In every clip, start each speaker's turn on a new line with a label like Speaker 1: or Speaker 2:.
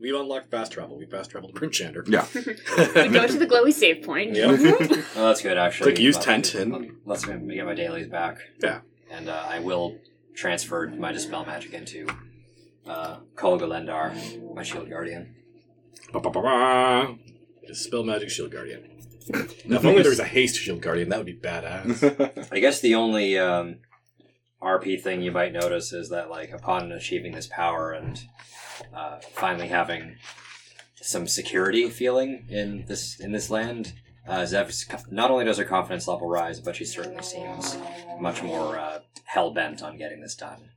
Speaker 1: We've unlocked fast travel. We fast traveled to Prince Chander.
Speaker 2: Yeah.
Speaker 3: We go to the glowy save point.
Speaker 1: Yeah.
Speaker 4: Oh, that's good, actually.
Speaker 1: Click use
Speaker 4: Let-
Speaker 1: tent and-
Speaker 4: let- Let's me get my dailies back.
Speaker 1: Yeah.
Speaker 4: And uh, I will transfer my Dispel Magic into uh, Kol Galendar, my Shield Guardian.
Speaker 1: Ba-ba-ba-ba. Dispel magic shield guardian. Now, if only there was a haste shield guardian, that would be badass.
Speaker 4: I guess the only um, RP thing you might notice is that, like, upon achieving this power and uh, finally having some security feeling in this in this land, uh, Zev's co- not only does her confidence level rise, but she certainly seems much more uh, hell bent on getting this done.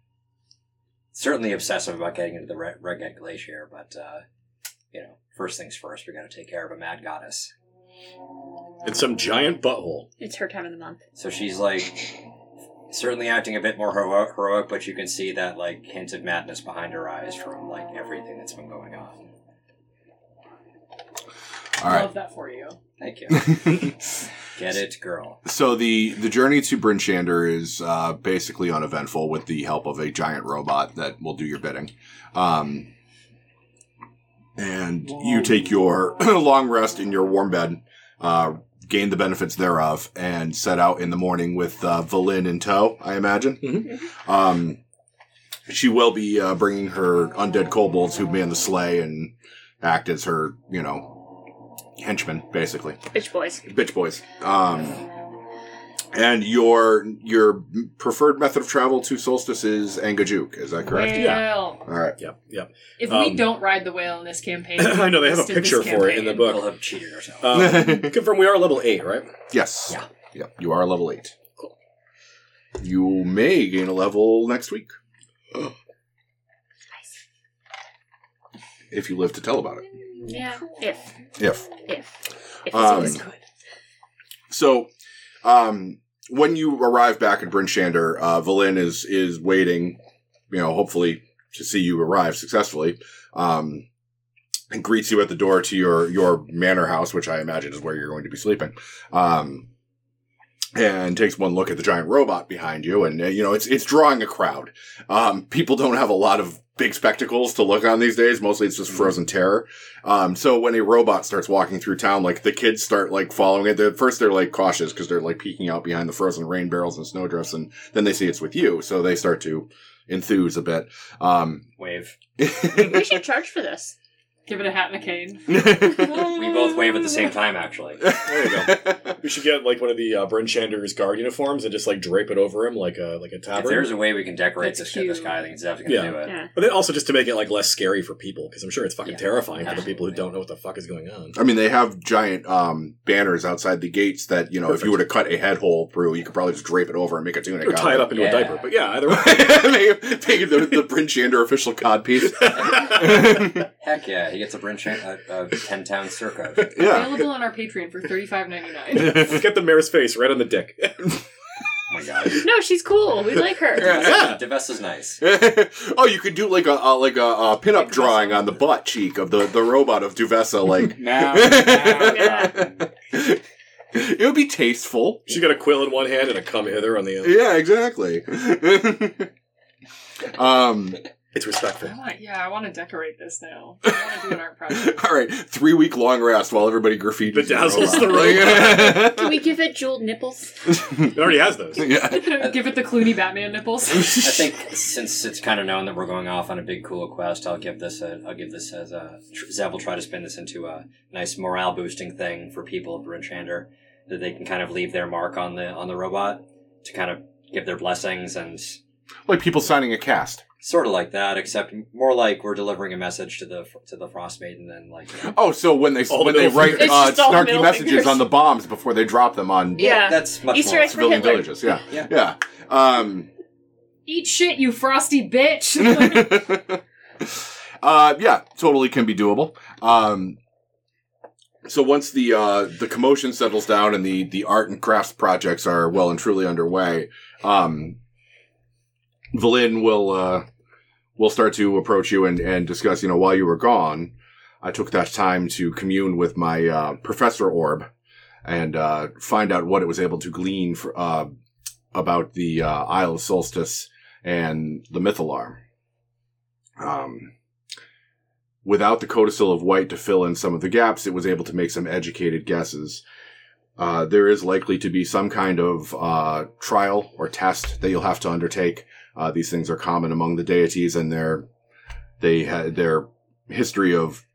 Speaker 4: Certainly obsessive about getting into the Re- Red Glacier, but uh, you know, first things first, we got to take care of a mad goddess.
Speaker 1: and some giant butthole.
Speaker 3: It's her time of the month.
Speaker 4: So she's like certainly acting a bit more hero- heroic, but you can see that like hint of madness behind her eyes from like everything that's been going on.
Speaker 2: All right.
Speaker 5: Love that for you.
Speaker 4: Thank you. Get it, girl.
Speaker 2: so the the journey to Bryn Shander is uh, basically uneventful with the help of a giant robot that will do your bidding. Um, and you take your long rest in your warm bed, uh, gain the benefits thereof, and set out in the morning with uh, Valin in tow. I imagine. Um, she will be uh, bringing her undead kobolds who man the sleigh and act as her, you know, henchmen, basically
Speaker 3: Bitch boys.
Speaker 2: bitch boys. Um, and your your preferred method of travel to solstice is Angajuk. Is that correct?
Speaker 5: Whale.
Speaker 2: All right.
Speaker 1: Yep, yep.
Speaker 5: If
Speaker 1: Um,
Speaker 5: we don't ride the whale in this campaign,
Speaker 1: I know, they have a
Speaker 5: we listed this
Speaker 1: picture for it in the
Speaker 5: campaign.
Speaker 4: We'll
Speaker 1: book.
Speaker 4: have cheated ourselves.
Speaker 2: Uh,
Speaker 1: Um, confirm we are level 8, right?
Speaker 2: yes.
Speaker 4: Yeah.
Speaker 2: Yep. You are level eight.
Speaker 1: Cool.
Speaker 2: You may gain a level next week if you live to tell about it.
Speaker 3: Yeah. If.
Speaker 2: If
Speaker 3: If. If it's
Speaker 2: Um,
Speaker 3: always good.
Speaker 2: so, um, when you arrive back at Bryn Shander, uh, Valin is is waiting. You know, hopefully to see you arrive successfully. Um, and greets you at the door to your your manor house, which I imagine is where you're going to be sleeping. Um, and takes one look at the giant robot behind you, and uh, you know it's it's drawing a crowd. Um, people don't have a lot of big spectacles to look on these days. Mostly, it's just frozen terror. Um, so when a robot starts walking through town, like the kids start like following it. They're, at first, they're like cautious because they're like peeking out behind the frozen rain barrels and snowdrifts, and then they see it's with you, so they start to enthuse a bit. Um,
Speaker 4: Wave.
Speaker 3: we should charge for this.
Speaker 5: Give it a hat and a cane.
Speaker 4: We both wave at the same time, actually.
Speaker 1: There you go. we should get like one of the uh, Bryn Chander's guard uniforms and just like drape it over him like a like a
Speaker 4: If
Speaker 1: tabard.
Speaker 4: there's a way we can decorate this,
Speaker 5: That's
Speaker 4: this
Speaker 5: cute.
Speaker 4: guy, I think Zev's gonna
Speaker 1: Yeah.
Speaker 4: do it.
Speaker 3: Yeah.
Speaker 1: But then also just to make it like less scary for people, because I'm sure it's fucking
Speaker 4: Yeah,
Speaker 1: terrifying for the people who
Speaker 4: absolutely.
Speaker 1: don't know what the fuck is going on.
Speaker 2: I mean, they have giant um, banners outside the gates that you know, if you
Speaker 1: Perfect.
Speaker 2: were to cut a head hole through, you could probably just drape it over and make a tunic.
Speaker 1: Or tie it
Speaker 2: out
Speaker 1: up
Speaker 2: of
Speaker 1: into a
Speaker 4: Yeah.
Speaker 1: diaper. But yeah, either way.
Speaker 2: make, it- make it the, the Bryn Shander official cod piece.
Speaker 4: Heck yeah, he gets a Bryn Chan- a, a ten town circa. Oh
Speaker 2: yeah.
Speaker 5: Available on our Patreon for thirty five ninety nine.
Speaker 1: Let's get the mayor's face right on the dick.
Speaker 4: Oh my god,
Speaker 3: No, she's cool. We like her.
Speaker 2: Yeah.
Speaker 4: Divest is nice.
Speaker 2: oh, you could do like a, a like a, a pinup
Speaker 5: Like
Speaker 2: drawing
Speaker 5: Duvessa.
Speaker 2: on the butt cheek of the, the robot of Duvessa. Like
Speaker 6: Now, now.
Speaker 2: it would be tasteful.
Speaker 1: She got a quill in one hand and a come hither on the other.
Speaker 2: Yeah, exactly. um.
Speaker 1: It's respectful.
Speaker 5: I want, yeah, I want to decorate this now. I want to do an art project.
Speaker 2: All right, three week long rest while everybody graffitis
Speaker 1: Bedazzles
Speaker 2: the
Speaker 1: the
Speaker 2: robot.
Speaker 3: Can we give it jeweled nipples?
Speaker 1: It already has those.
Speaker 2: yeah.
Speaker 5: Give it the Clooney Batman nipples.
Speaker 4: I think since it's kind of known that we're going off on a big cool quest, I'll give this a, I'll give this as a tr- Zev will try to spin this into a nice morale boosting thing for people of Brunchander that they can kind of leave their mark on the on the robot to kind of give their blessings and
Speaker 2: like people signing a cast.
Speaker 4: sort of like that, except more like we're delivering a message to the to the Frost Maiden and like
Speaker 2: Oh, so when they
Speaker 1: All the
Speaker 2: when they
Speaker 1: middle
Speaker 2: write
Speaker 1: fingers.
Speaker 2: uh,
Speaker 3: It's just all the
Speaker 2: snarky
Speaker 3: middle
Speaker 2: messages
Speaker 3: fingers.
Speaker 2: on the bombs before they drop them on
Speaker 3: Yeah.
Speaker 4: that's much
Speaker 3: Easter
Speaker 4: more
Speaker 3: eggs for
Speaker 2: civilian
Speaker 3: Hitler.
Speaker 2: villages. Yeah,
Speaker 4: Yeah.
Speaker 2: yeah. Um,
Speaker 5: Eat shit, you frosty bitch.
Speaker 2: uh, yeah, totally can be doable. Um, so once the uh, the commotion settles down and the the art and crafts projects are well and truly underway, um, Valin will uh, will start to approach you and and discuss. You know, while you were gone, I took that time to commune with my uh, professor orb and uh, find out what it was able to glean for, uh, about the uh, Isle of Solstice and the Mythalar. Um, Without the codicil of white to fill in some of the gaps, it was able to make some educated guesses. Uh, there is likely to be some kind of uh, trial or test that you'll have to undertake. Uh, these things are common among the deities, and their they had their history of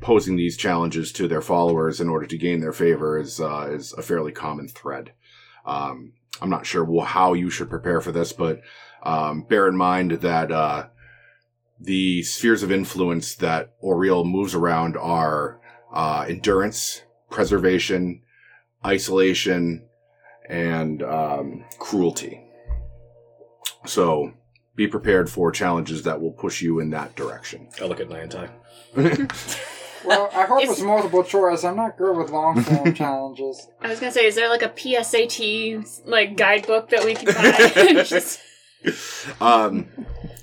Speaker 2: posing these challenges to their followers in order to gain their favor is uh, is a fairly common thread. Um, I'm not sure wh- how you should prepare for this, but um, bear in mind that uh, the spheres of influence that Oriel moves around are uh, endurance, preservation, isolation, and um, cruelty. So be prepared for challenges that will push you in that direction.
Speaker 1: I look at Niantai.
Speaker 6: Well, I hope
Speaker 3: If-
Speaker 6: it's multiple choice. I'm not good with long form challenges.
Speaker 3: I was gonna say, is there like a PSAT like guidebook that we can buy? Just-
Speaker 2: um,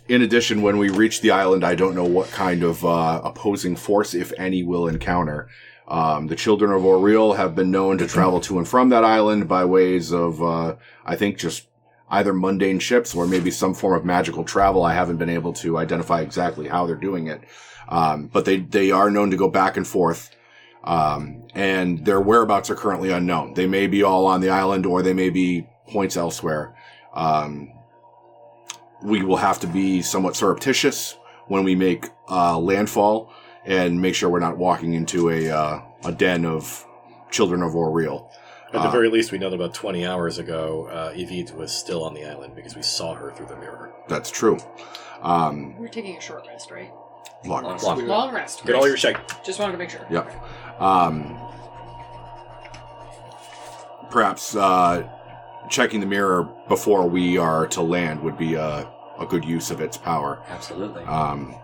Speaker 2: in addition, when we reach the island, I don't know what kind of uh, opposing force, if any, will encounter. Um, the children of Oriel have been known to travel to and from that island by ways of, uh, I think, just either mundane ships or maybe some form of magical travel. I haven't been able to identify exactly how they're doing it, um, but they they are known to go back and forth. Um, and their whereabouts are currently unknown. They may be all on the island, or they may be points elsewhere. Um, we will have to be somewhat surreptitious when we make uh, landfall and make sure we're not walking into a uh, a den of children of Oriel.
Speaker 1: At
Speaker 6: Ah.
Speaker 1: the
Speaker 2: Uh,
Speaker 1: very least, we know that about 20 hours ago, uh, Evie was still on the island because we saw her through the mirror.
Speaker 2: That's true. Um,
Speaker 5: We're taking a short rest, right?
Speaker 2: look,
Speaker 4: Long-
Speaker 1: Long-
Speaker 5: Long rest.
Speaker 1: Get all your shake.
Speaker 5: Just wanted to make sure.
Speaker 2: Yep. um, perhaps uh, checking the mirror before we are to land would be a, a good use of its power.
Speaker 4: Absolutely.
Speaker 2: Um,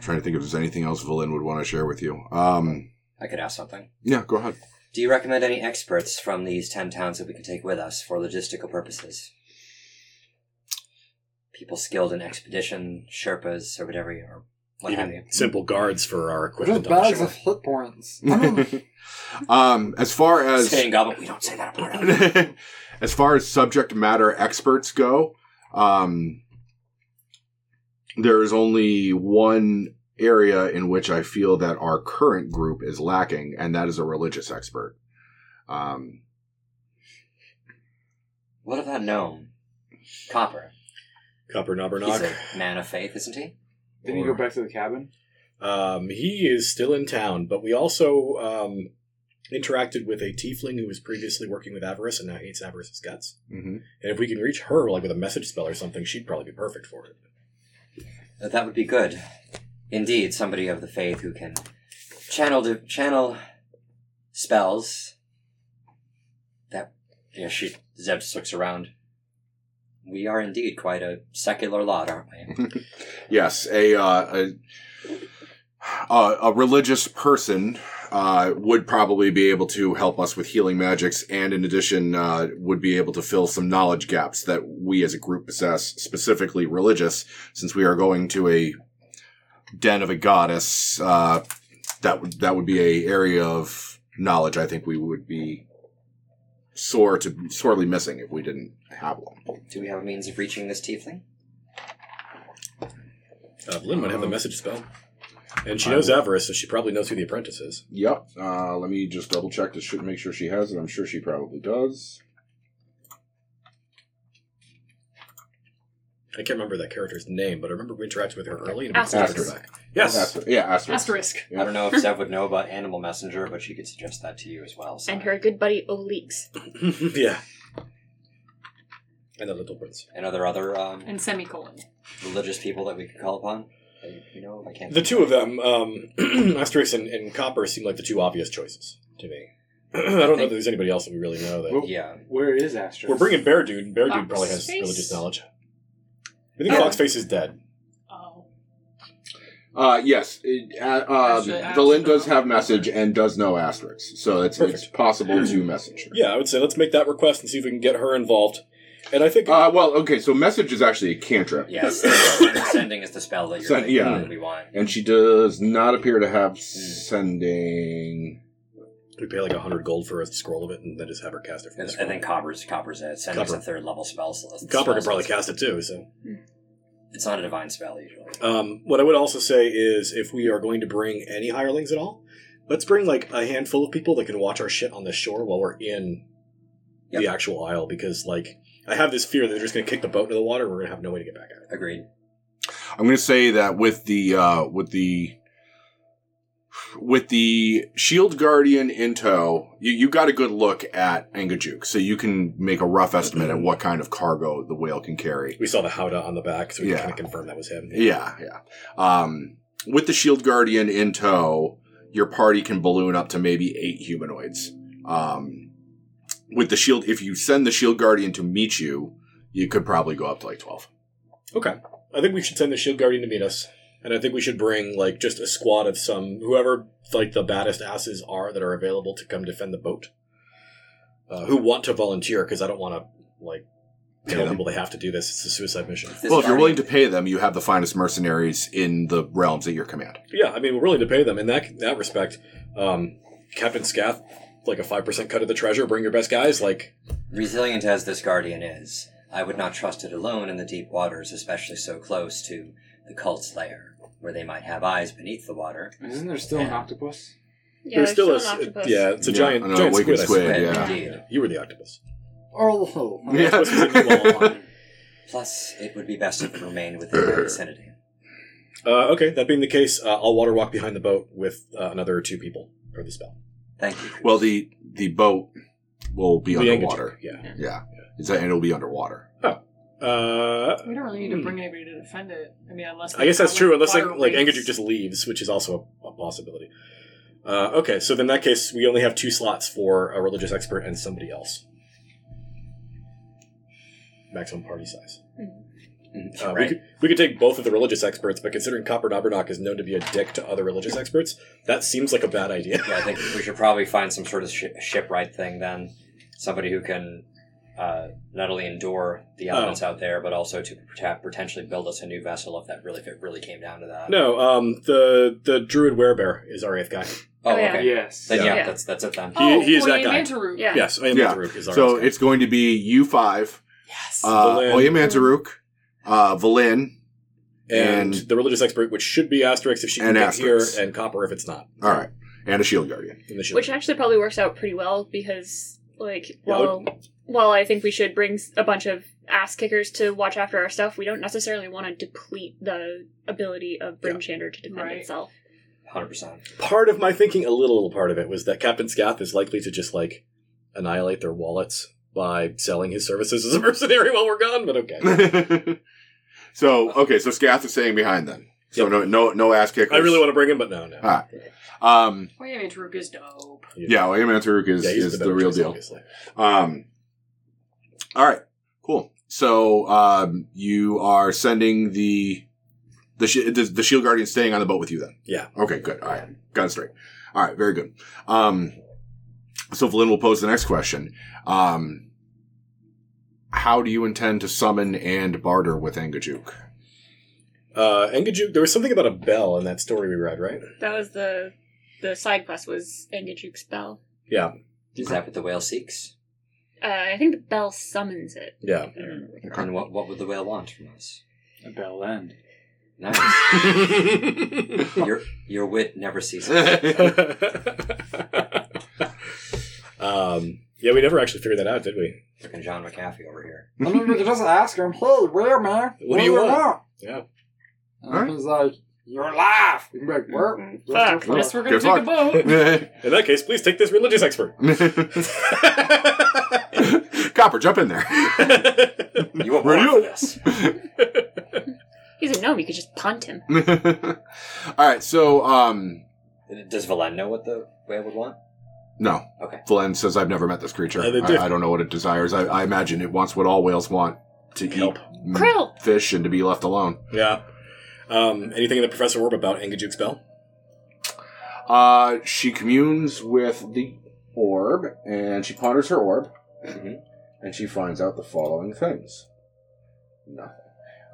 Speaker 2: trying to think if there's anything else Valin would want to share with you. Um,
Speaker 4: I could ask something.
Speaker 2: yeah, go ahead.
Speaker 4: Do you recommend any experts from these ten towns that we can take with us for logistical purposes? People skilled in expedition, Sherpas, or whatever, you- or what have you.
Speaker 1: Even simple guards for our
Speaker 6: Just
Speaker 1: equipment. on the
Speaker 6: bags
Speaker 1: shore.
Speaker 6: of hit points. I mean,
Speaker 2: um, as far as
Speaker 4: Staying Mm. goblin, we don't say that apart.
Speaker 2: as far as subject matter experts go, um, there is only one area in which I feel that our current group is lacking, and that is a religious expert. Um,
Speaker 4: What of that gnome? Copper.
Speaker 1: Copper knobber
Speaker 4: He's
Speaker 1: knock.
Speaker 4: a man of faith, isn't he?
Speaker 7: Didn't you go back to the cabin?
Speaker 1: Um, he is still in town, but we also um, interacted with a tiefling who was previously working with Avarice and now hates Avarice's guts.
Speaker 2: mhm.
Speaker 1: And if we can reach her, like with a message spell or something, she'd probably be perfect for it.
Speaker 4: That Uh, that would be good. Indeed, somebody of the faith who can channel di- channel spells. That yeah, she Zeb just looks around. We are indeed quite a secular lot, aren't we?
Speaker 2: Yes, a uh, a, a, a religious person uh, would probably be able to help us with healing magics, and in addition, uh, would be able to fill some knowledge gaps that we as a group possess, specifically religious, since we are going to a den of a goddess. Uh, that would that would be a area of knowledge I think we would be sore to sorely missing if we didn't have one.
Speaker 4: Do we have a means of reaching this tiefling?
Speaker 1: Uh, Lynn might have the
Speaker 2: Um,
Speaker 1: message spell. And she knows Avarice, so she probably knows who the apprentice is.
Speaker 2: Yep. Uh, let me just double check to sh- make sure she has it. I'm sure she probably does.
Speaker 1: I can't remember that character's name, but I remember we interacted with her early and we
Speaker 3: Asterisk.
Speaker 1: sent her back. Yes.
Speaker 2: Aster- yeah, asterisk.
Speaker 5: Asterisk.
Speaker 2: Yeah.
Speaker 4: I don't know if Zeb would know about Animal Messenger, but she could suggest that to you as well. So.
Speaker 3: and her good buddy Olix.
Speaker 1: yeah. And the little prince.
Speaker 4: And are there other um,
Speaker 5: And semicolon.
Speaker 4: religious people that we could call upon? That you- You know, of? I can't.
Speaker 1: The two of them, um, Asterix and, and Copper, seem like the two obvious choices to me. I don't know that there's anybody else that we really know that.
Speaker 7: Well,
Speaker 4: Yeah.
Speaker 7: Where is Astra?
Speaker 1: We're bringing Bear Dude, and Bear Dude probably has
Speaker 5: Foxface?
Speaker 1: religious knowledge. We think
Speaker 5: Yeah.
Speaker 1: Foxface is dead.
Speaker 5: Oh.
Speaker 2: Uh, yes, it, uh, um,
Speaker 5: Actually,
Speaker 2: the Lynn
Speaker 5: asterisk.
Speaker 2: does have message and does know asterisk, so it's it's possible to message her.
Speaker 1: Yeah, I would say let's make that request and see if we can get her involved. And I think
Speaker 2: Uh, well, okay, so message is actually a cantrip,
Speaker 4: Yes. sending is the spell that you're
Speaker 2: Send-
Speaker 4: thinking
Speaker 2: yeah.
Speaker 4: that we want.
Speaker 2: and she does not appear to
Speaker 1: Mm.
Speaker 2: have sending.
Speaker 1: we pay like a hundred gold for a scroll of it, and then just have her cast it from the
Speaker 4: I
Speaker 1: scroll.
Speaker 4: think Copper's Copper's a sending
Speaker 1: Copper.
Speaker 4: a third level spell. So
Speaker 1: Copper could
Speaker 4: spell
Speaker 1: probably
Speaker 4: slot.
Speaker 1: cast it too. So
Speaker 4: It's not a divine spell usually.
Speaker 1: Um, what I would also say is if we are going to bring any hirelings at all, let's bring like a handful of people that can watch our shit on the shore while we're in the
Speaker 4: Yep.
Speaker 1: actual isle because like I have this fear that they're just going to kick the boat into the water and we're going to have no way to get back out.
Speaker 4: Agreed.
Speaker 2: I'm going to say that with the uh, with the with the shield guardian in tow, you, you got a good look at Angajuk, so you can make a rough estimate
Speaker 4: Mm-hmm.
Speaker 2: at what kind of cargo the whale can carry.
Speaker 1: We saw the Howda on the back, so we
Speaker 2: Yeah.
Speaker 1: can kind of confirm that was him.
Speaker 2: Yeah, yeah. Um, with the shield guardian in tow, your party can balloon up to maybe eight humanoids. Um, with the shield, if you send the shield guardian to meet you, you could probably go up to like twelve.
Speaker 1: Okay. I think we should send the shield guardian to meet us, and I think we should bring like just a squad of some whoever like the baddest asses are that are available to come defend the boat. Uh, who want to volunteer? Because I don't want to like
Speaker 2: Pay
Speaker 1: tell
Speaker 2: them.
Speaker 1: people they have to do this. It's a suicide mission.
Speaker 4: This
Speaker 2: well, if you're
Speaker 4: guardian-
Speaker 2: willing to pay them, you have the finest mercenaries in the realms at your command.
Speaker 1: Yeah, I mean, we're willing to pay them in that that respect. Um, Captain Scath, like a five percent cut of the treasure. Bring your best guys. Like,
Speaker 4: Resilient as this guardian is, I would not trust it alone in the deep waters, especially so close to the cult's lair, where they might have eyes beneath the water.
Speaker 2: Mm-hmm.
Speaker 7: Isn't there still an octopus?
Speaker 3: Yeah, there's still, an octopus.
Speaker 1: yeah, it's a
Speaker 2: Yeah,
Speaker 1: giant,
Speaker 2: I know,
Speaker 1: giant
Speaker 2: wicked
Speaker 1: squid. I
Speaker 2: squid,
Speaker 1: swear.
Speaker 2: yeah.
Speaker 4: Indeed.
Speaker 1: You were the octopus.
Speaker 6: Or the hole.
Speaker 2: Yeah.
Speaker 1: That's what's in the wall line.
Speaker 4: Plus, it would be best if it remained within their vicinity.
Speaker 1: Uh, okay, that being the case, uh, I'll water walk behind the boat with uh, another two people for the spell.
Speaker 4: Thank you.
Speaker 2: Well, the the boat will be
Speaker 1: The
Speaker 2: underwater.
Speaker 1: Angajuk, Yeah.
Speaker 2: Yeah, It's- and it'll be underwater.
Speaker 1: Uh,
Speaker 5: We don't really need to
Speaker 1: Hmm.
Speaker 5: bring anybody to defend it. I mean, unless
Speaker 1: I guess that's true, unless like,
Speaker 5: Fire
Speaker 1: like
Speaker 5: rings.
Speaker 1: Engajuk just leaves, which is also a, a possibility. Uh, okay, so then in that case, we only have two slots for a religious expert and somebody else. Maximum party size.
Speaker 4: Mhm.
Speaker 1: Uh, we,
Speaker 4: right.
Speaker 1: could, we could take both of the religious experts, but considering Copper Dobbernock is known to be a dick to other religious experts, that seems like a bad idea.
Speaker 4: Yeah, I think we should probably find some sort of shi shipwright thing then. Somebody who can uh, not only endure the
Speaker 1: Oh.
Speaker 4: elements out there, but also to prota- potentially build us a new vessel if that really if it really came down to that.
Speaker 1: No, um, the the druid werebear is our eighth guy.
Speaker 4: Oh,
Speaker 3: Oh, yeah.
Speaker 4: okay.
Speaker 7: Yes.
Speaker 4: Then yeah,
Speaker 3: Yeah.
Speaker 4: that's that's it then.
Speaker 5: Oh,
Speaker 1: he is that
Speaker 5: Oya
Speaker 1: guy.
Speaker 5: Mantaruk.
Speaker 3: Yeah.
Speaker 1: Yes, I am
Speaker 2: Yeah.
Speaker 1: the druid is our
Speaker 2: So
Speaker 1: eighth guy.
Speaker 2: it's going to be you five,
Speaker 5: Yes.
Speaker 2: uh,
Speaker 1: Valin.
Speaker 2: Oya Mantaruk, uh, Valin.
Speaker 1: and,
Speaker 2: and-
Speaker 1: the religious expert, which should be Asterix if she can
Speaker 2: And
Speaker 1: get
Speaker 2: Asterix.
Speaker 1: here, and Copper if it's not.
Speaker 2: All right, and a shield guardian.
Speaker 1: In the shield.
Speaker 3: Which actually probably works out pretty well because, like,
Speaker 1: Yeah,
Speaker 3: while, while I think we should bring s- a bunch of ass kickers to watch after our stuff, we don't necessarily want to deplete the ability of
Speaker 1: Yeah.
Speaker 3: Brimchander to defend
Speaker 5: Right.
Speaker 3: itself.
Speaker 4: Hundred percent.
Speaker 1: part of my thinking, a little part of it, was that Captain Scath is likely to just like annihilate their wallets by selling his services as a mercenary while we're gone. But okay,
Speaker 2: so okay, so Scath is staying behind then. So
Speaker 1: Yep.
Speaker 2: no, no, no ass kickers.
Speaker 1: I really want to bring him, but no, no.
Speaker 2: Ah. to. Um,
Speaker 5: Oya Mantaruk is dope.
Speaker 2: yeah, Oya Mantaruk is,
Speaker 1: Yeah, he's
Speaker 2: is the,
Speaker 1: better
Speaker 2: real
Speaker 1: choice,
Speaker 2: deal.
Speaker 1: obviously.
Speaker 2: Um, all right, cool. So um, you are sending the the, shi the the shield E guardian staying on the boat with you then.
Speaker 1: Yeah.
Speaker 2: Okay. Good. All right. Got it straight. All right. Very good. Um, so Valin will pose the next question. Um, how do you intend to summon and barter with Angajuk?
Speaker 1: Uh, Engajuk, there was something about a bell in that story we read, right?
Speaker 3: That was the the side quest was Engajuk's bell.
Speaker 4: Is that what the whale seeks?
Speaker 3: Uh, I think the bell summons it.
Speaker 1: Yeah.
Speaker 4: And what what would the whale want from us?
Speaker 7: A bell end.
Speaker 4: Nice. your your wit never ceases.
Speaker 1: um, yeah, we never actually figured that out, did we?
Speaker 4: Fucking John McAfee over here.
Speaker 6: I mean, we could just ask him, hey, where, man?
Speaker 1: What do you want?" Yeah.
Speaker 6: Yeah. And
Speaker 2: Alright.
Speaker 6: he's like, you're alive. You can
Speaker 3: Mm-hmm.
Speaker 6: be like, where?
Speaker 5: Fuck.
Speaker 1: Oh,
Speaker 6: Yes,
Speaker 5: Guess we're gonna
Speaker 2: Good
Speaker 5: take
Speaker 2: luck.
Speaker 5: a boat.
Speaker 1: In that case, please take this religious expert.
Speaker 2: Copper, jump in there.
Speaker 4: You want
Speaker 2: Where
Speaker 4: more
Speaker 2: do
Speaker 4: for
Speaker 2: you-
Speaker 4: this?
Speaker 3: He's a gnome. You could just punt him.
Speaker 2: all right. So um,
Speaker 4: Does Valen know what the whale would want?
Speaker 2: No.
Speaker 4: Okay.
Speaker 2: Valen says, I've never met this creature.
Speaker 1: Uh, they're
Speaker 2: I,
Speaker 1: diff-
Speaker 2: I don't know what it desires. I, I imagine it wants what all whales want to
Speaker 1: Help.
Speaker 2: eat m-
Speaker 3: Krill.
Speaker 2: fish and to be left alone.
Speaker 1: yeah. Um, anything in the Professor Orb about Engajuk's bell?
Speaker 2: Uh, she communes with the orb and she ponders her orb
Speaker 4: Mhm.
Speaker 2: and she finds out the following things. Nothing.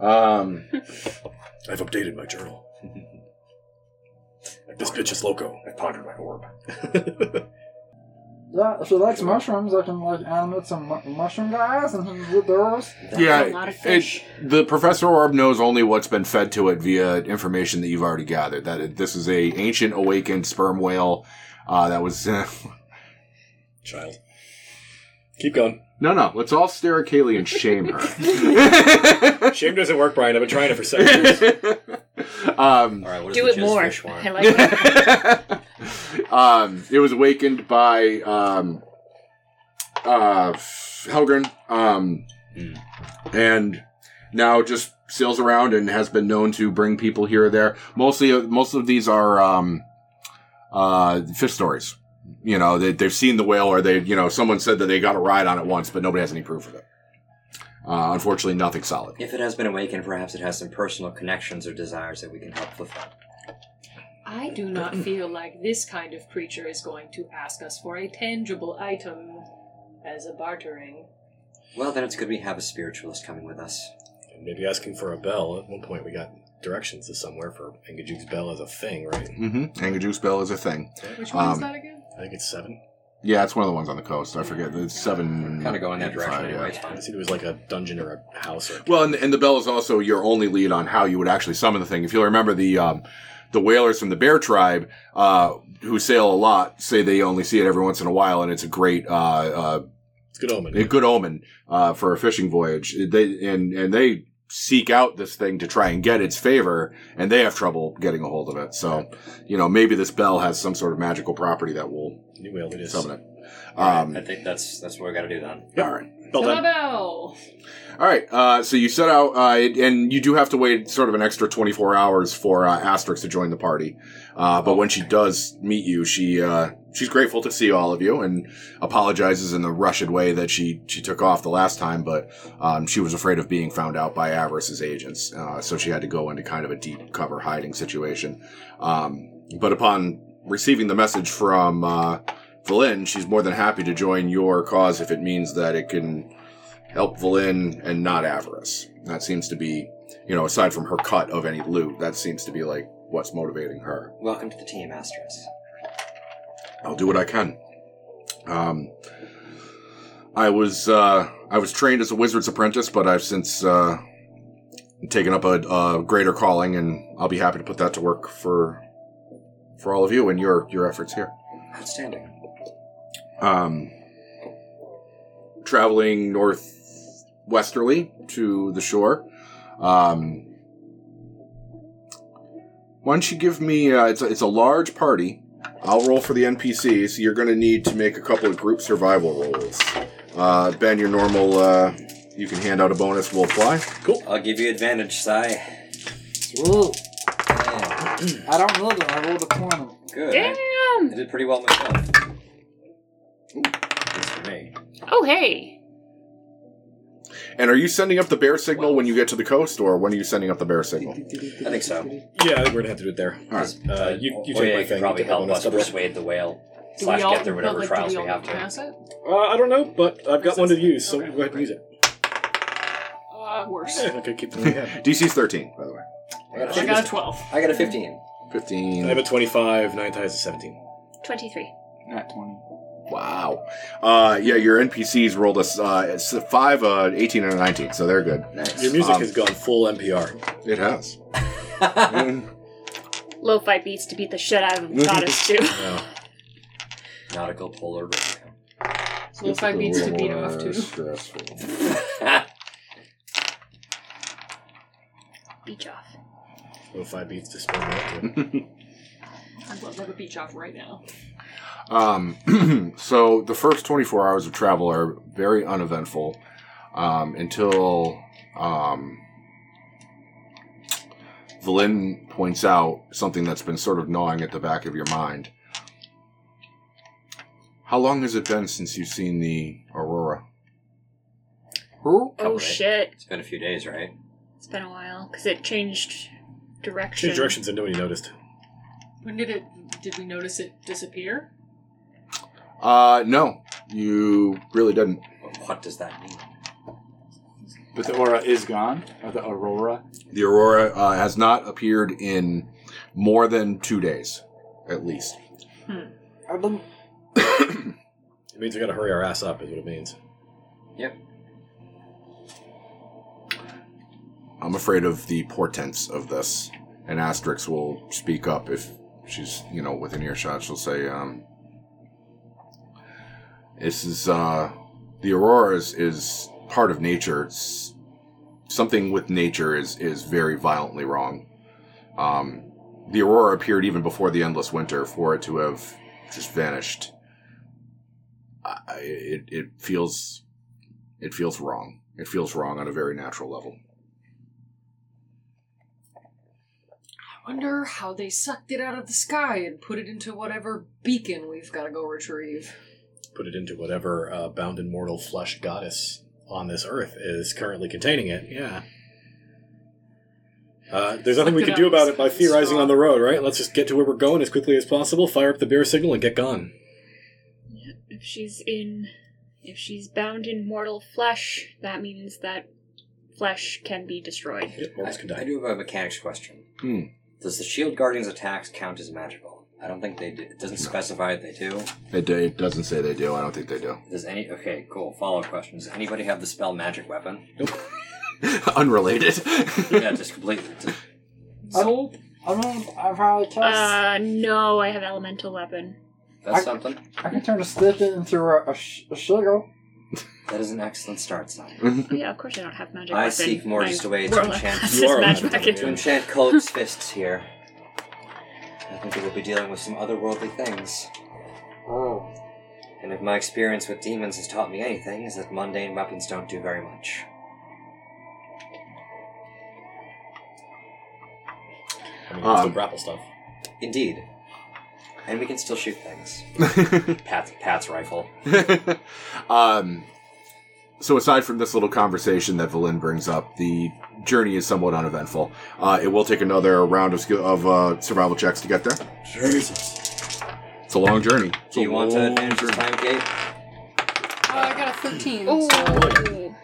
Speaker 2: Um,
Speaker 1: I've updated my journal. This bitch is loco.
Speaker 4: I pondered my orb.
Speaker 6: Yeah, if she likes mushrooms, I can like animate some mu- mushroom guys and do those.
Speaker 2: Yeah,
Speaker 3: a lot of
Speaker 2: it-
Speaker 3: fish.
Speaker 2: the Professor Orb knows only what's been fed to it via information that you've already gathered. That it, this is a ancient awakened sperm whale uh, that was.
Speaker 1: Child. Keep going.
Speaker 2: no, no. Let's all stare at Kaylee and shame
Speaker 1: Shame doesn't work, Brian. I've been trying it for seven years.
Speaker 2: her. um,
Speaker 4: All right, what is
Speaker 3: Do
Speaker 4: the
Speaker 3: it
Speaker 4: jizz
Speaker 3: more.
Speaker 4: fish one?
Speaker 3: I like it.
Speaker 2: um, it was awakened by um, uh, Helgren, um,
Speaker 4: Mm.
Speaker 2: and now just sails around and has been known to bring people here or there. Mostly, uh, most of these are um, uh, fish stories. You know, they, they've seen the whale, or they, you know, someone said that they got a ride on it once, but nobody has any proof of it. Uh, unfortunately, nothing solid.
Speaker 4: If it has been awakened, perhaps it has some personal connections or desires that we can help fulfill.
Speaker 5: I do not feel like this kind of creature is going to ask us for a tangible item as a bartering.
Speaker 4: Well, then it's good we have a spiritualist coming with us.
Speaker 1: Maybe asking for a bell. At one point, we got directions to somewhere for Engajuk's bell as a thing, right?
Speaker 2: Mm-hmm. Angaju's bell is a thing.
Speaker 5: Which one's
Speaker 2: Um,
Speaker 5: that again?
Speaker 1: I think it's seven.
Speaker 2: Yeah, it's one of the ones on the coast. I forget. It's seven.
Speaker 4: Kind of going that direction
Speaker 2: eighty-five, Mm-hmm. yeah.
Speaker 4: anyway. It's fine.
Speaker 1: I see there was like a dungeon or a house. Or
Speaker 2: Well, and, and the bell is also your only lead on how you would actually summon the thing. If you'll remember, the um, the whalers from the bear tribe, uh, who sail a lot, say they only see it every once in a while, and it's a great, uh, uh,
Speaker 1: it's a good omen.
Speaker 2: a good omen uh, for a fishing voyage. They and and they seek out this thing to try and get its favor, and they have trouble getting a hold of it. So, you know, maybe this bell has some sort of magical property that will
Speaker 1: New whale it is.
Speaker 2: summon it. Um,
Speaker 4: I think that's that's what we got to do then.
Speaker 1: Yep.
Speaker 2: all right.
Speaker 1: Bell done.
Speaker 5: Bell.
Speaker 2: All right. Uh, so you set out, uh, it- and you do have to wait sort of an extra 24 hours for uh, Asterix to join the party. Uh, but when she does meet you, she uh, she's grateful to see all of you and apologizes in the Russian way that she she took off the last time. But um, she was afraid of being found out by Avarice's agents, uh, so she had to go into kind of a deep cover hiding situation. Um, but upon receiving the message from uh, Valin, she's more than happy to join your cause if it means that it can help Valin and not Avarice. That seems to be, you know, aside from her cut of any loot, that seems to be like what's motivating her.
Speaker 4: Welcome to the team, Asterisk.
Speaker 2: I'll do what I can. Um, I was uh, I was trained as a wizard's apprentice, but I've since uh, taken up a, a greater calling, and I'll be happy to put that to work for for all of you and your your efforts here.
Speaker 4: Outstanding.
Speaker 2: um, traveling northwesterly to the shore. Um, why don't you give me? Uh, it's a, it's a large party. I'll roll for the NPCs. You're going to need to make a couple of group survival rolls. Uh, ben, your normal. Uh, you can hand out a bonus. We'll apply.
Speaker 4: I'll give you advantage, Sai.
Speaker 6: Sweet.
Speaker 4: Yeah,
Speaker 6: I don't need it. I rolled a 20.
Speaker 4: good. I- I
Speaker 3: Damn!
Speaker 4: did pretty well myself. Good for me.
Speaker 3: Oh, hey.
Speaker 2: And are you sending up the bear signal when you get to the coast, or when are you sending up the bear signal?
Speaker 4: I think so.
Speaker 1: Yeah, I think we're gonna have to do it there.
Speaker 2: All right.
Speaker 1: Uh, you you
Speaker 4: Oh,
Speaker 1: take
Speaker 4: yeah,
Speaker 1: my
Speaker 4: you could
Speaker 1: thing.
Speaker 4: probably
Speaker 1: you take my
Speaker 4: help
Speaker 1: bonus
Speaker 4: us
Speaker 1: double.
Speaker 4: persuade the whale
Speaker 5: Do
Speaker 4: slash
Speaker 5: we all-
Speaker 4: get through whatever
Speaker 5: but, like, do
Speaker 4: trials we
Speaker 5: all
Speaker 4: have to.
Speaker 5: pass it?
Speaker 1: Uh, I don't know, but I've got one to use, so
Speaker 5: Okay.
Speaker 1: go ahead and use it.
Speaker 5: Uh, worse.
Speaker 1: Yeah, I could keep them in my head.
Speaker 2: DC's 13, by the way.
Speaker 5: I got a 12.
Speaker 4: I got a 15.
Speaker 2: 15.
Speaker 1: I have a 25, 9 ties to 17.
Speaker 3: 23.
Speaker 7: Not 20.
Speaker 2: Wow. Uh, yeah, your NPCs rolled us uh, it's a 5, uh, 18, and a 19, so they're good.
Speaker 4: Nice.
Speaker 1: Your music
Speaker 2: Um,
Speaker 1: has gone full NPR.
Speaker 2: It has.
Speaker 3: Low fight beats to beat the shit out of goddess, too.
Speaker 1: Wow.
Speaker 4: Nautical polar radio.
Speaker 5: Little five beats to beat off to.
Speaker 3: Beach off.
Speaker 1: Little five beats to spin that to.
Speaker 5: I'd love to have a beach off right now.
Speaker 2: Um, so the first 24 hours of travel are very uneventful um, until um, Valin points out something that's been sort of gnawing at the back of your mind. How long has it been since you've seen the Aurora?
Speaker 6: Who?
Speaker 3: Oh, shit.
Speaker 4: It's been a few days, right?
Speaker 3: It's been a while. Because it changed direction.
Speaker 1: Change directions and nobody noticed.
Speaker 5: When did it? Did we notice it disappear?
Speaker 2: Uh, no, you really didn't.
Speaker 4: What does that mean?
Speaker 7: But the aura is gone. Or the aurora.
Speaker 2: The aurora uh, has not appeared in more than two days, at least.
Speaker 6: I've been
Speaker 1: It means we gotta hurry our ass up, is what it means.
Speaker 2: I'm afraid of the portents of this. And Asterix will speak up if she's, you know, within earshot. She'll say, um, This is, uh, the aurora is, is part of nature. It's, something with nature is, is very violently wrong. Um, the aurora appeared even before the endless winter for it to have just vanished. I, I- it, it feels, it feels wrong. It feels wrong on a very natural level.
Speaker 5: Wonder how they sucked it out of the sky and put it into whatever beacon we've got to go retrieve.
Speaker 1: Put it into whatever uh, bound in mortal flesh goddess on this earth is currently containing it. Yeah. Uh, there's nothing we
Speaker 5: Look
Speaker 1: can
Speaker 5: it
Speaker 1: do
Speaker 5: up.
Speaker 1: about it by
Speaker 5: It's
Speaker 1: theorizing
Speaker 5: wrong.
Speaker 1: on the road, right? Let's just get to where we're going as quickly as possible, fire up the beer signal, and get gone.
Speaker 3: If she's in, if she's bound in mortal flesh, that means that flesh can be destroyed.
Speaker 1: Yep, mortals can
Speaker 4: I, I
Speaker 1: die.
Speaker 4: do have a mechanics question.
Speaker 2: Hmm.
Speaker 4: Does the shield guardian's attacks count as magical? I don't think they do. It doesn't specify if they do.
Speaker 2: It, it doesn't say they do. I don't think they do.
Speaker 4: Does any? Okay, cool. Follow up question. Does anybody have the spell magic weapon?
Speaker 2: Unrelated.
Speaker 4: yeah, just completely. just-
Speaker 5: So
Speaker 6: I mean, I probably cast.
Speaker 3: Uh, no, I have elemental weapon.
Speaker 4: that's
Speaker 6: I-
Speaker 4: something.
Speaker 6: I can turn a stick into a, a, sh- a shiggle.
Speaker 4: That is an excellent start, Simon.
Speaker 3: Oh, yeah, of course I don't have magic
Speaker 4: I
Speaker 3: weapon.
Speaker 4: seek more
Speaker 3: My
Speaker 4: just a way to
Speaker 3: warlock
Speaker 4: enchant-
Speaker 3: has
Speaker 1: You
Speaker 3: his
Speaker 1: are a
Speaker 3: magic
Speaker 1: magic
Speaker 4: To
Speaker 3: weapon.
Speaker 4: enchant Colb's fists here, I think we will be dealing with some otherworldly things.
Speaker 6: Oh.
Speaker 4: And if my experience with demons has taught me anything, is that mundane weapons don't do very much.
Speaker 1: I mean, it's
Speaker 2: Um,
Speaker 1: the grapple stuff.
Speaker 4: Indeed. And we can still shoot things. Pat's, Pat's rifle.
Speaker 2: um, so aside from this little conversation that Valin brings up, the journey is somewhat uneventful. Uh, it will take another round of, skill- of uh, survival checks to get there.
Speaker 1: Jesus.
Speaker 2: It's a long journey. It's
Speaker 4: Do
Speaker 2: a
Speaker 4: you want to
Speaker 2: long
Speaker 4: advantage this
Speaker 2: journey.
Speaker 4: time, Kate?
Speaker 5: Uh, I got a thirteen.
Speaker 3: Ooh.
Speaker 4: Okay.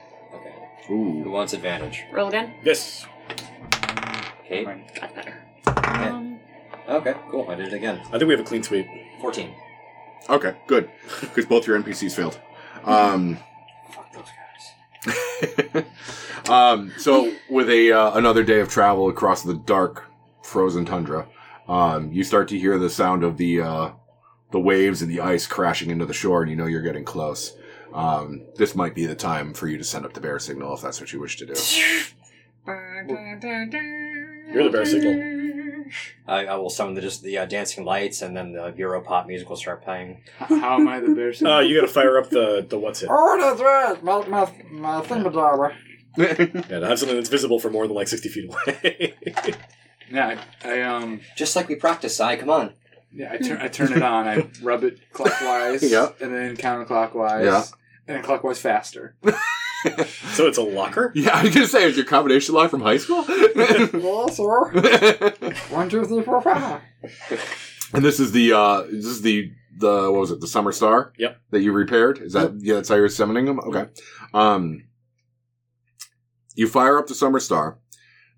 Speaker 4: Who
Speaker 2: Ooh.
Speaker 4: wants advantage?
Speaker 3: Roll again.
Speaker 1: Yes.
Speaker 4: Kate?
Speaker 7: Mine.
Speaker 3: That's better.
Speaker 5: Um,
Speaker 4: Okay, cool. I did it again.
Speaker 1: I think we have a clean sweep.
Speaker 4: 14.
Speaker 2: Okay, good. Because both your NPCs failed. Um,
Speaker 4: Fuck those guys.
Speaker 2: um, so with a uh, another day of travel across the dark frozen tundra um, you start to hear the sound of the uh, the waves and the ice crashing into the shore and you know you're getting close um, this might be the time for you to send up the bear signal if that's what you wish to do
Speaker 1: You're the bear signal.
Speaker 4: I, I will summon the, just the uh, dancing lights, and then the Europop music will start playing.
Speaker 7: How am I the bear?
Speaker 1: Uh, you gotta fire up the, the what's it.
Speaker 6: Oh, that's right. My my my thingadabra.
Speaker 1: Yeah, to have something that's visible for more than like 60 feet away.
Speaker 7: yeah, I, I um,
Speaker 4: Just like we practiced, I come on.
Speaker 7: yeah, I turn, I turn it on. I rub it clockwise,
Speaker 2: Yeah.
Speaker 7: and then counterclockwise,
Speaker 2: Yeah.
Speaker 7: and then clockwise faster.
Speaker 1: so it's a locker?
Speaker 2: yeah i was gonna say is your combination lie from high school
Speaker 6: Yes, sir. One, two, three, four, five.
Speaker 2: and this is the uh, this is the the what was it the summer star
Speaker 1: Yep.
Speaker 2: that you repaired is that yeah that's how you're summoning them okay um you fire up the summer star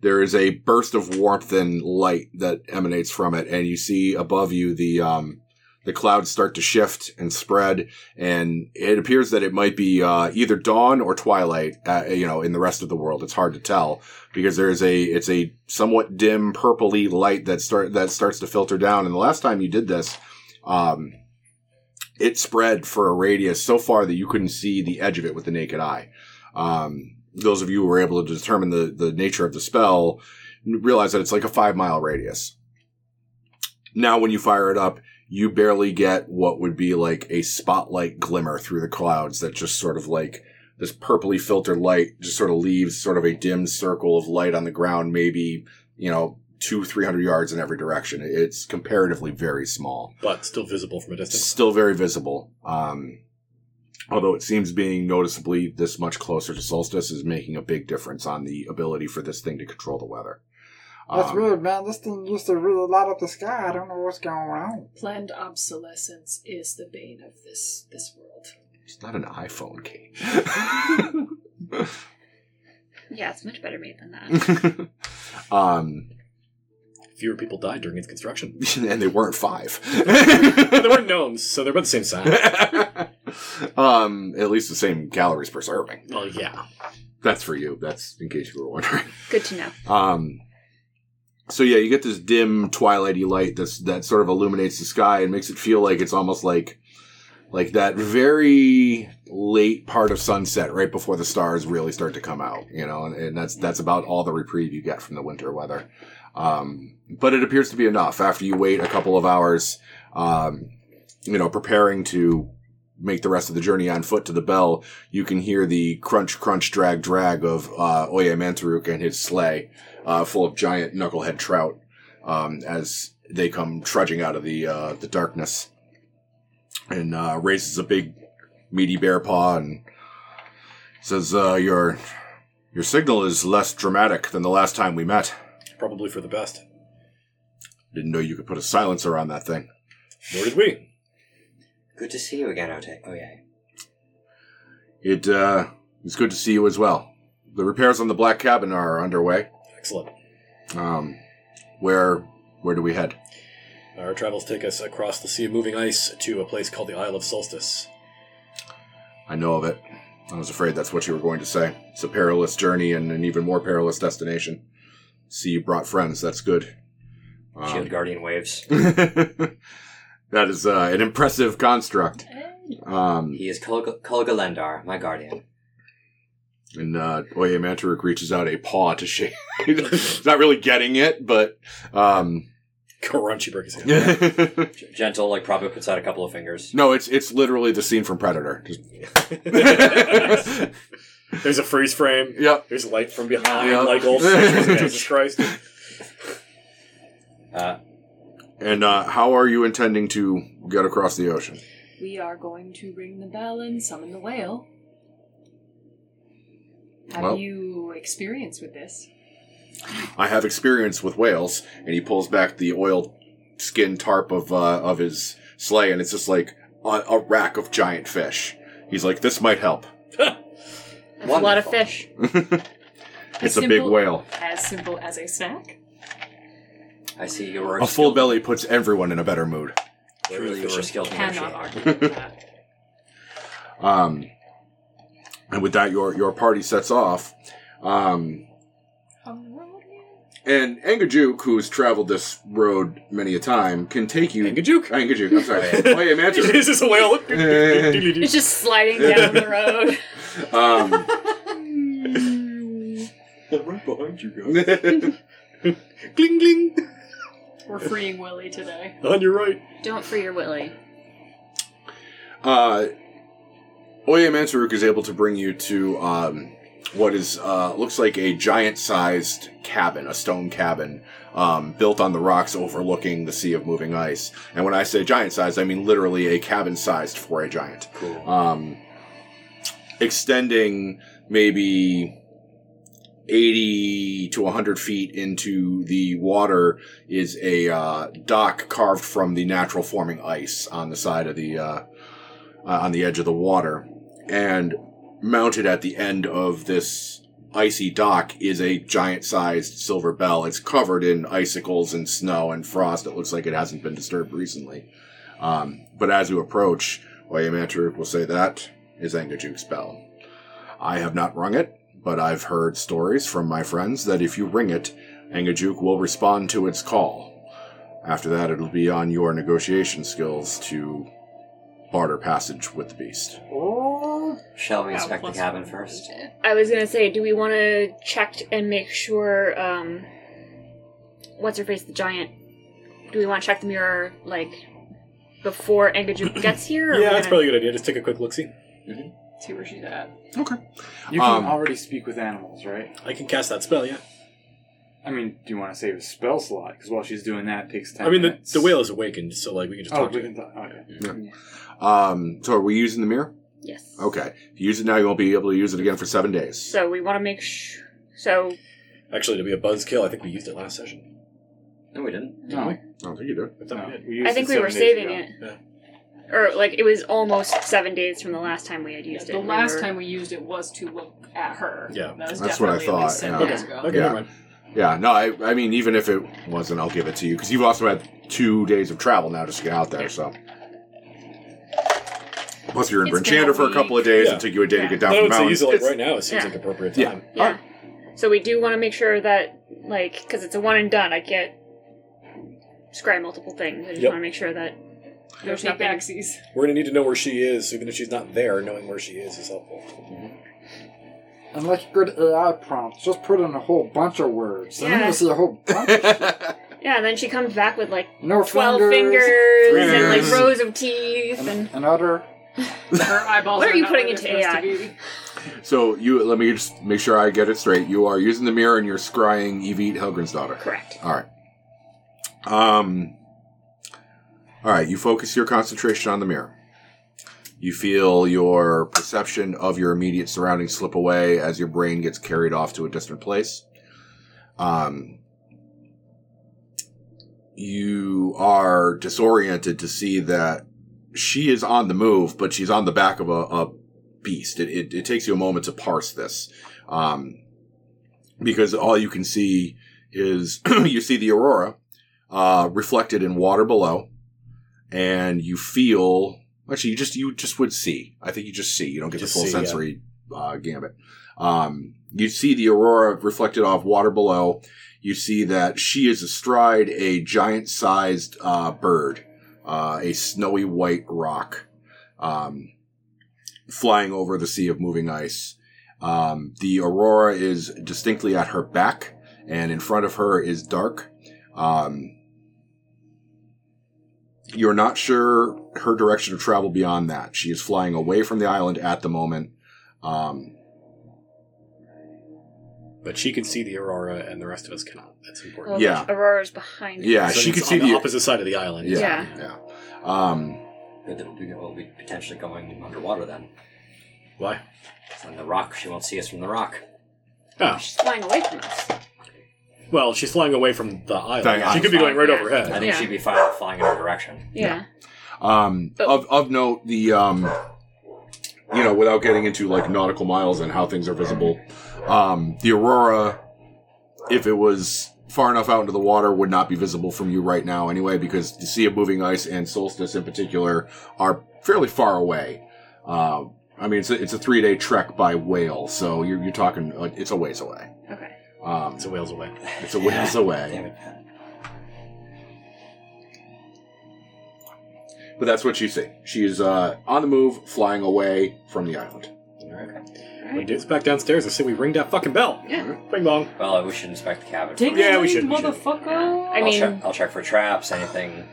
Speaker 2: there is a burst of warmth and light that emanates from it and you see above you the um the clouds start to shift and spread and it appears that it might be uh, either dawn or twilight uh, you know in the rest of the world it's hard to tell because there is a it's a somewhat dim purpley light that start that starts to filter down and the last time you did this um it spread for a radius so far that you couldn't see the edge of it with the naked eye um those of you who were able to determine the the nature of the spell realize that it's like a 5 mile radius now when you fire it up you barely get what would be like a spotlight glimmer through the clouds that just sort of like this purpley filtered light just sort of leaves sort of a dim circle of light on the ground, maybe, you know, two, three hundred yards in every direction. It's comparatively very small.
Speaker 1: But still visible from a
Speaker 2: It's
Speaker 1: distance.
Speaker 2: still very visible. Um, although it seems being noticeably this much closer to solstice is making a big difference on the ability for this thing to control the weather.
Speaker 6: That's
Speaker 2: Um,
Speaker 6: weird, man. This thing used to really light up the sky. I don't know what's going on.
Speaker 5: planned obsolescence is the bane of this this world.
Speaker 2: It's not an iPhone, Kate.
Speaker 3: Yeah, it's much better made than that.
Speaker 2: um,
Speaker 1: Fewer people died during its construction.
Speaker 2: and they weren't five.
Speaker 1: there were gnomes, so they're about the same size.
Speaker 2: um, at least the same calories per serving.
Speaker 1: Well, yeah.
Speaker 2: That's for you. That's in case you were wondering.
Speaker 3: Good to know.
Speaker 2: Um, so yeah, you get this dim twilighty light that's that sort of illuminates the sky and makes it feel like it's almost like like that very late part of sunset, right before the stars really start to come out. You know, and, and that's that's about all the reprieve you get from the winter weather. Um, but it appears to be enough after you wait a couple of hours. Um, you know, preparing to make the rest of the journey on foot to the bell, you can hear the crunch, crunch, drag, drag of uh, Oya Mantaruk and his sleigh uh, full of giant knucklehead trout um, as they come trudging out of the uh, the darkness and uh, raises a big meaty bear paw and says, uh, "Your your signal is less dramatic than the last time we met.
Speaker 1: Probably for the best.
Speaker 2: Didn't know you could put a silencer on that thing."
Speaker 1: Nor did we.
Speaker 4: Good to see you again, Ote. Oh yeah.
Speaker 2: It uh, it's good to see you as well. The repairs on the black cabin are underway.
Speaker 1: Excellent.
Speaker 2: Um, where where do we head?
Speaker 1: Our travels take us across the Sea of Moving Ice to a place called the Isle of Solstice.
Speaker 2: I know of it. I was afraid that's what you were going to say. It's a perilous journey and an even more perilous destination. See, you brought friends. That's good. Um,
Speaker 4: Shield Guardian waves.
Speaker 2: that is uh, an impressive construct. Um,
Speaker 4: He is Kulga Kulga Lendar, my guardian.
Speaker 2: and uh, Oye Mantaruk reaches out a paw to shake. He's not really getting it, but um,
Speaker 1: Crunchy breaks his hand.
Speaker 2: no,
Speaker 4: G- gentle, like probably puts out a couple of fingers.
Speaker 2: it's it's literally the scene from Predator. Just-
Speaker 1: There's a freeze frame.
Speaker 2: yep.
Speaker 1: There's light from behind,
Speaker 2: Yeah.
Speaker 1: like old Jesus Christ.
Speaker 4: Uh,
Speaker 2: And uh, how are you intending to get across the ocean?
Speaker 5: We are going to ring the bell and summon the whale. Have
Speaker 2: Well.
Speaker 5: you experience with this?
Speaker 2: I have experience with whales, and he pulls back the oil skin tarp of uh, of his sleigh, and it's just like a, a rack of giant fish. He's like, "This might help."
Speaker 3: That's a lot of
Speaker 4: Wonderful.
Speaker 3: fish.
Speaker 2: It's
Speaker 5: A
Speaker 2: a big
Speaker 5: simple-
Speaker 2: whale.
Speaker 5: As simple as a snack?
Speaker 4: I see you were
Speaker 2: A full belly puts everyone in a better mood.
Speaker 4: Truly, you were skilled
Speaker 5: Cannot
Speaker 4: negotiator.
Speaker 5: argue with that.
Speaker 2: Um, and with that, your your party sets off. Um, and Engajuk, who's traveled this road many a time, can take you.
Speaker 1: Engajuk?
Speaker 2: Engajuk, I'm sorry. Wait, imagine.
Speaker 1: This is a whale.
Speaker 3: It's just sliding down the road.
Speaker 2: Um,
Speaker 1: right behind you, guys.
Speaker 2: and
Speaker 1: Gling, gling.
Speaker 5: We're freeing Willy today.
Speaker 1: On your Oh, right.
Speaker 3: Don't free your Willy.
Speaker 2: uh, Oya Mantaruk is able to bring you to um, what is uh, looks like a giant-sized cabin, a stone cabin um, built on the rocks overlooking the sea of moving ice. And when I say giant-sized, I mean literally a cabin-sized for a giant,
Speaker 4: Cool.
Speaker 2: um, extending maybe. 80 to 100 feet into the water is a uh, dock carved from the natural forming ice on the side of the uh, uh, on the edge of the water, and mounted at the end of this icy dock is a giant-sized silver bell. It's covered in icicles and snow and frost. It looks like it hasn't been disturbed recently. Um, but as you approach, Wayamantaruk will say that is Angajuk's bell. I have not rung it, but I've heard stories from my friends that if you ring it, Angajuk will respond to its call. After that, it'll be on your negotiation skills to barter passage with the beast.
Speaker 6: Oh,
Speaker 4: Shall we inspect the
Speaker 5: plus
Speaker 4: cabin
Speaker 5: one.
Speaker 4: first?
Speaker 3: I was gonna say, do we want to check and make sure? Um, what's her face, the giant? Do we want to check the mirror like before Engajuk gets here? or
Speaker 1: Yeah,
Speaker 3: we're
Speaker 1: that's
Speaker 3: gonna-
Speaker 1: probably a good idea. Just take a quick look see.
Speaker 5: See where she's at.
Speaker 7: You can
Speaker 2: Um,
Speaker 7: already speak with animals, right?
Speaker 1: I can cast that spell, yeah.
Speaker 7: I mean, do you want to save a spell slot? Because while she's doing that, it takes time.
Speaker 1: I mean, the, the whale is awakened, so like we can just
Speaker 7: Oh,
Speaker 1: talk
Speaker 7: we
Speaker 1: to it.
Speaker 7: can talk. Okay.
Speaker 2: Um, so, are we using the mirror?
Speaker 3: Yes.
Speaker 2: Okay. If you use it now, you won't be able to use it again for seven days.
Speaker 3: So we want to make sure. So
Speaker 1: Actually, to be a buzzkill, I think we used it last session.
Speaker 4: No, we didn't.
Speaker 7: No,
Speaker 2: I don't think you do.
Speaker 1: I thought we
Speaker 7: no.
Speaker 1: did.
Speaker 7: We used
Speaker 3: I think
Speaker 7: it
Speaker 3: we were
Speaker 7: seven days
Speaker 3: saving
Speaker 7: ago.
Speaker 3: it, or like it was almost seven days from the last time we had
Speaker 5: Yeah,
Speaker 3: used it.
Speaker 5: the
Speaker 3: and
Speaker 5: last
Speaker 3: we were-
Speaker 5: time we used it was to look at her.
Speaker 1: Yeah,
Speaker 5: that was
Speaker 2: that's what I
Speaker 5: definitely at
Speaker 2: thought,
Speaker 5: least seven
Speaker 2: yeah.
Speaker 5: days ago.
Speaker 1: Okay,
Speaker 2: Yeah.
Speaker 1: never mind.
Speaker 2: Yeah, no, I, I mean, even if it wasn't, I'll give it to you because you've also had two days of travel now just to get out there. So, Plus, you're in
Speaker 3: It's been a
Speaker 2: Brinchander for a couple of days.
Speaker 1: Yeah.
Speaker 2: It'll take you a day
Speaker 5: Yeah.
Speaker 2: to get
Speaker 1: I
Speaker 2: down from
Speaker 1: would
Speaker 2: the
Speaker 1: say use
Speaker 2: mountains.
Speaker 1: it like
Speaker 2: It's-
Speaker 1: right now. It seems
Speaker 3: yeah.
Speaker 1: like appropriate
Speaker 2: Yeah.
Speaker 1: time.
Speaker 3: Yeah. So we do want to make sure that, like, because it's a one and done, I can't scry multiple things. I just
Speaker 1: Yep.
Speaker 3: want to make sure that
Speaker 5: No
Speaker 3: there's
Speaker 5: take
Speaker 3: nothing.
Speaker 5: backsies.
Speaker 1: We're gonna need to know where she is, even if she's not there. Knowing where she is is helpful.
Speaker 2: Mm-hmm.
Speaker 6: And like good AI prompts, just put in a whole bunch of words. And then
Speaker 3: Yeah.
Speaker 6: you'll see a whole bunch of shit.
Speaker 3: Yeah, and then she comes back with like
Speaker 6: No
Speaker 3: twelve
Speaker 6: fingers.
Speaker 3: fingers, and like
Speaker 2: Fingers.
Speaker 3: rows of teeth,
Speaker 6: And,
Speaker 3: and
Speaker 6: and other.
Speaker 5: Her eyeballs.
Speaker 3: What are you
Speaker 5: not
Speaker 3: putting
Speaker 5: where
Speaker 3: into
Speaker 5: they're supposed
Speaker 3: AI?
Speaker 5: to be.
Speaker 2: so you let me just make sure I get it straight. You are using the mirror and you're scrying Evie Helgren's daughter.
Speaker 3: correct.
Speaker 2: All right. Um. All right. You focus your concentration on the mirror. You feel your perception of your immediate surroundings slip away as your brain gets carried off to a distant place. Um. You are disoriented to see that she is on the move, but she's on the back of a, a beast. It, it, it takes you a moment to parse this, um, because all you can see is you see the aurora uh, reflected in water below, and you feel actually you just you just would see. I think you just see. You don't get
Speaker 1: Just
Speaker 2: the full
Speaker 1: see, yeah.
Speaker 2: sensory uh, gambit. Um, you see the aurora reflected off water below. You see that she is astride a giant-sized uh, bird, uh, a snowy white rock, um, flying over the sea of moving ice. Um, the aurora is distinctly at her back, and in front of her is dark. Um, you're not sure her direction of travel beyond that. She is flying away from the island at the moment. Um,
Speaker 1: But she can see the aurora, and the rest of us cannot. That's important.
Speaker 3: Oh,
Speaker 2: Yeah.
Speaker 3: Aurora's behind. her.
Speaker 2: yeah,
Speaker 1: So
Speaker 2: she
Speaker 1: it's
Speaker 2: can see
Speaker 1: on the
Speaker 2: the
Speaker 1: opposite side of the island.
Speaker 2: Yeah,
Speaker 3: Yeah.
Speaker 2: yeah. Um,
Speaker 4: Good that we'll be, we'll be potentially going underwater then.
Speaker 1: Why?
Speaker 4: From the rock, she won't see us from the rock.
Speaker 1: Oh.
Speaker 3: she's flying away from us.
Speaker 1: Well, she's flying away from the island.
Speaker 2: Flying
Speaker 1: she
Speaker 2: out.
Speaker 1: could be going right
Speaker 3: Yeah.
Speaker 1: overhead.
Speaker 4: I think
Speaker 3: Yeah.
Speaker 4: she'd be fine flying in our direction.
Speaker 3: Yeah,
Speaker 2: um,
Speaker 3: But-
Speaker 2: of of note, the um, you know, without getting into like nautical miles and how things are visible, um, the aurora, if it was far enough out into the water, would not be visible from you right now anyway, because the sea of moving ice and solstice in particular are fairly far away. Uh, I mean, it's a, it's a three day trek by whale, so you're you're talking uh, it's a ways away.
Speaker 3: Okay.
Speaker 2: Um,
Speaker 1: It's a whale's away.
Speaker 2: it's a ways away.
Speaker 4: Damn it.
Speaker 2: But that's what you see. She is uh, on the move, flying away from the island.
Speaker 4: Okay.
Speaker 1: We do this back downstairs. I say we ring that fucking bell.
Speaker 3: Yeah.
Speaker 2: Mm-hmm.
Speaker 1: Bing bong.
Speaker 4: Well, we should inspect the cabin.
Speaker 5: Take
Speaker 4: first.
Speaker 1: Yeah,
Speaker 5: the
Speaker 1: we
Speaker 5: lead,
Speaker 1: should- we should.
Speaker 5: motherfucker.
Speaker 3: I
Speaker 4: I'll,
Speaker 3: mean,
Speaker 4: check, I'll check for traps, anything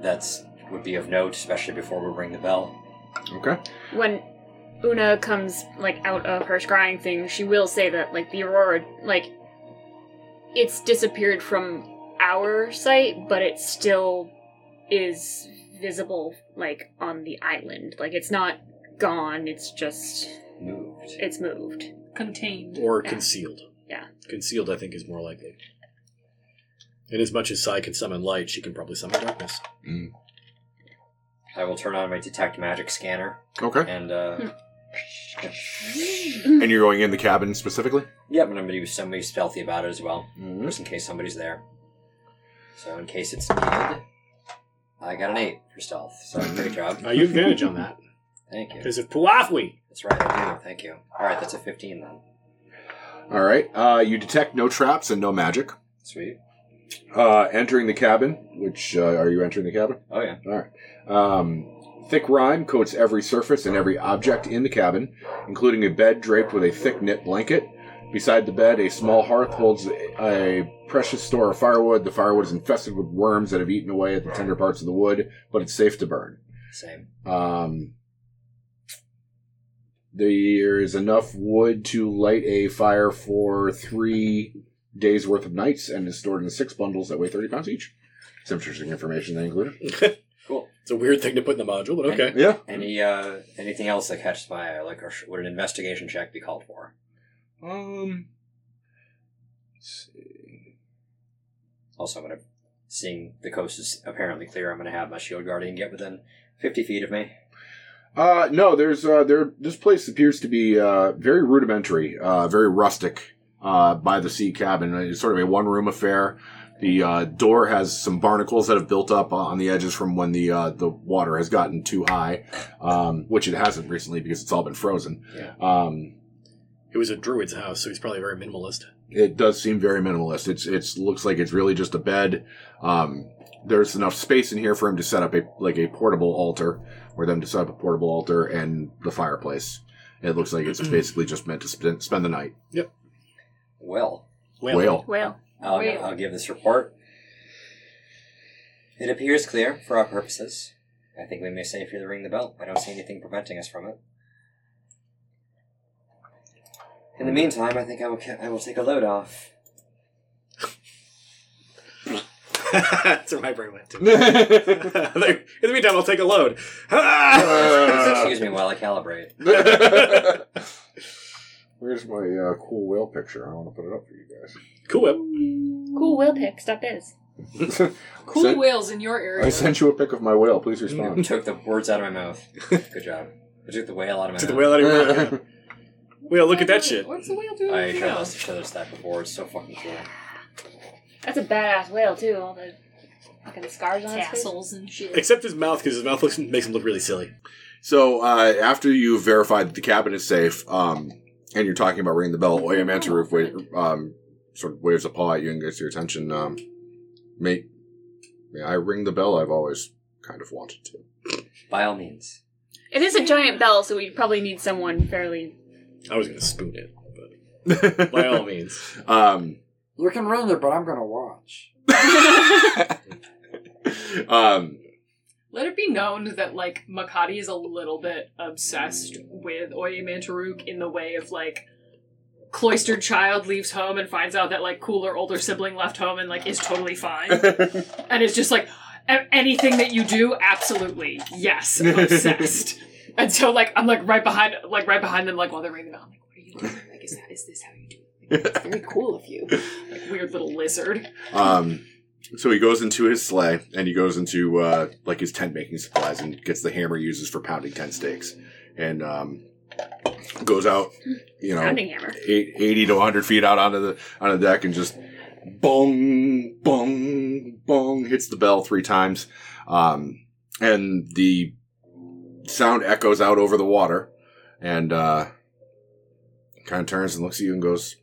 Speaker 4: that's would be of note, especially before we ring the bell.
Speaker 2: Okay.
Speaker 3: when Una comes like out of her scrying thing, she will say that like the aurora, like it's disappeared from our sight, but it still is visible like on the island. Like it's not gone. It's just
Speaker 4: Moved.
Speaker 3: it's moved.
Speaker 5: Contained.
Speaker 1: Or
Speaker 3: Yeah.
Speaker 1: concealed.
Speaker 3: Yeah.
Speaker 1: Concealed, I think, is more likely. And as much as Sai can summon light, she can probably summon darkness.
Speaker 4: I will turn on my detect magic scanner
Speaker 2: Okay.
Speaker 4: and. uh...
Speaker 3: Hmm.
Speaker 2: And you're going in the cabin specifically?
Speaker 4: Yeah, but I'm gonna do somebody stealthy about it as well,
Speaker 2: Mm-hmm.
Speaker 4: just in case somebody's there. So in case it's needed, I got an eight for stealth. So great job.
Speaker 1: Uh, you have advantage on that.
Speaker 4: Thank you.
Speaker 1: Because of Puafwi.
Speaker 4: That's right. I do. Thank you. All right, that's a 15 then.
Speaker 2: All right. Uh, you detect no traps and no magic.
Speaker 4: Sweet.
Speaker 2: Uh, entering the cabin, which uh, are you entering the cabin?
Speaker 4: Oh yeah.
Speaker 2: Um, thick rime coats every surface and every object in the cabin, including a bed draped with a thick knit blanket. Beside the bed, a small hearth holds a precious store of firewood. The firewood is infested with worms that have eaten away at the tender parts of the wood, but it's safe to burn.
Speaker 4: Same.
Speaker 2: Um, there is enough wood to light a fire for three days worth of nights and is stored in six bundles that weigh 30 pounds each. It's interesting information they included.
Speaker 4: Cool.
Speaker 1: It's a weird thing to put in the module, but okay.
Speaker 2: Yeah.
Speaker 4: Any uh anything else that catches my eye? Like, or sh- would an investigation check be called for?
Speaker 2: Um, let's see.
Speaker 4: Also, I'm gonna seeing the coast is apparently clear. I'm gonna have my shield guardian get within 50 feet of me.
Speaker 2: Uh, no, there's, uh, there, this place appears to be, uh, very rudimentary, uh, very rustic, uh, by the sea cabin. It's sort of a one room affair. The uh, door has some barnacles that have built up on the edges from when the uh, the water has gotten too high, um, which it hasn't recently because it's all been frozen.
Speaker 1: Yeah.
Speaker 2: Um,
Speaker 1: It was a druid's house, so he's probably very minimalist.
Speaker 2: it does seem very minimalist. It's it's looks like it's really just a bed. Um, there's enough space in here for him to set up a like a portable altar, or them to set up a portable altar and the fireplace. It looks like it's basically just meant to spend, spend the night.
Speaker 4: Well,
Speaker 1: Whale.
Speaker 2: Whale.
Speaker 3: Well,
Speaker 4: I'll,
Speaker 3: Wait.
Speaker 4: I'll give this report. It appears clear for our purposes. I think we may safely ring the bell. I don't see anything preventing us from it. In the meantime, I think I will ca- I will take a load off.
Speaker 1: That's where my brain went to. Like, In the meantime, I'll take a load.
Speaker 4: Excuse me while I calibrate.
Speaker 2: Where's my uh, cool whale picture? I want to put it up for you guys.
Speaker 1: cool whip.
Speaker 3: cool will pick stuff is.
Speaker 5: Cool
Speaker 2: Sent-
Speaker 5: whales in your area.
Speaker 2: I sent you a pic of my whale. Please
Speaker 1: Hmm.
Speaker 2: respond.
Speaker 4: took the words out of my mouth. Good job. I took the whale out of my
Speaker 1: Took the
Speaker 4: mouth.
Speaker 1: whale out of your mouth. Whale, look at that shit.
Speaker 5: What's the whale doing?
Speaker 4: I
Speaker 5: with
Speaker 4: tried
Speaker 5: you?
Speaker 4: to show this that before. It's so fucking cool.
Speaker 3: That's a badass whale too. All the fucking scars on his face.
Speaker 5: tassels and shit.
Speaker 1: Except his mouth, because his mouth looks, makes him look really silly.
Speaker 2: so uh, after you've verified that the cabin is safe, um, and you're talking about ringing the bell, Oya Manta Roof wa- um, sort of waves a paw at you and gets your attention. Um, mate, may I ring the bell? I've always kind of wanted to.
Speaker 4: By all means.
Speaker 3: It is a giant bell, so we probably need someone fairly.
Speaker 1: I was going to spoon it, but by all means.
Speaker 2: Um,
Speaker 6: You can ring it, but I'm gonna watch.
Speaker 2: um,
Speaker 5: Let it be known that like Makati is a little bit obsessed with Oye Mantaruk in the way of like cloistered child leaves home and finds out that like cooler older sibling left home and like is totally fine and it's just like "A- anything that you do absolutely yes obsessed and so like I'm like right behind like right behind them like while they're ringing the bell I'm like what are you doing like is that is this how you do it like, it's very cool of you like weird little lizard
Speaker 2: Um, so he goes into his sleigh and he goes into uh, like his tent making supplies and gets the hammer he uses for pounding tent stakes and um, goes out, you know,
Speaker 3: Pounding hammer.
Speaker 2: eight- eighty to hundred feet out onto the on the deck and just bong bong bong hits the bell three times, um, and the sound echoes out over the water and uh, kind of turns and looks at you and goes,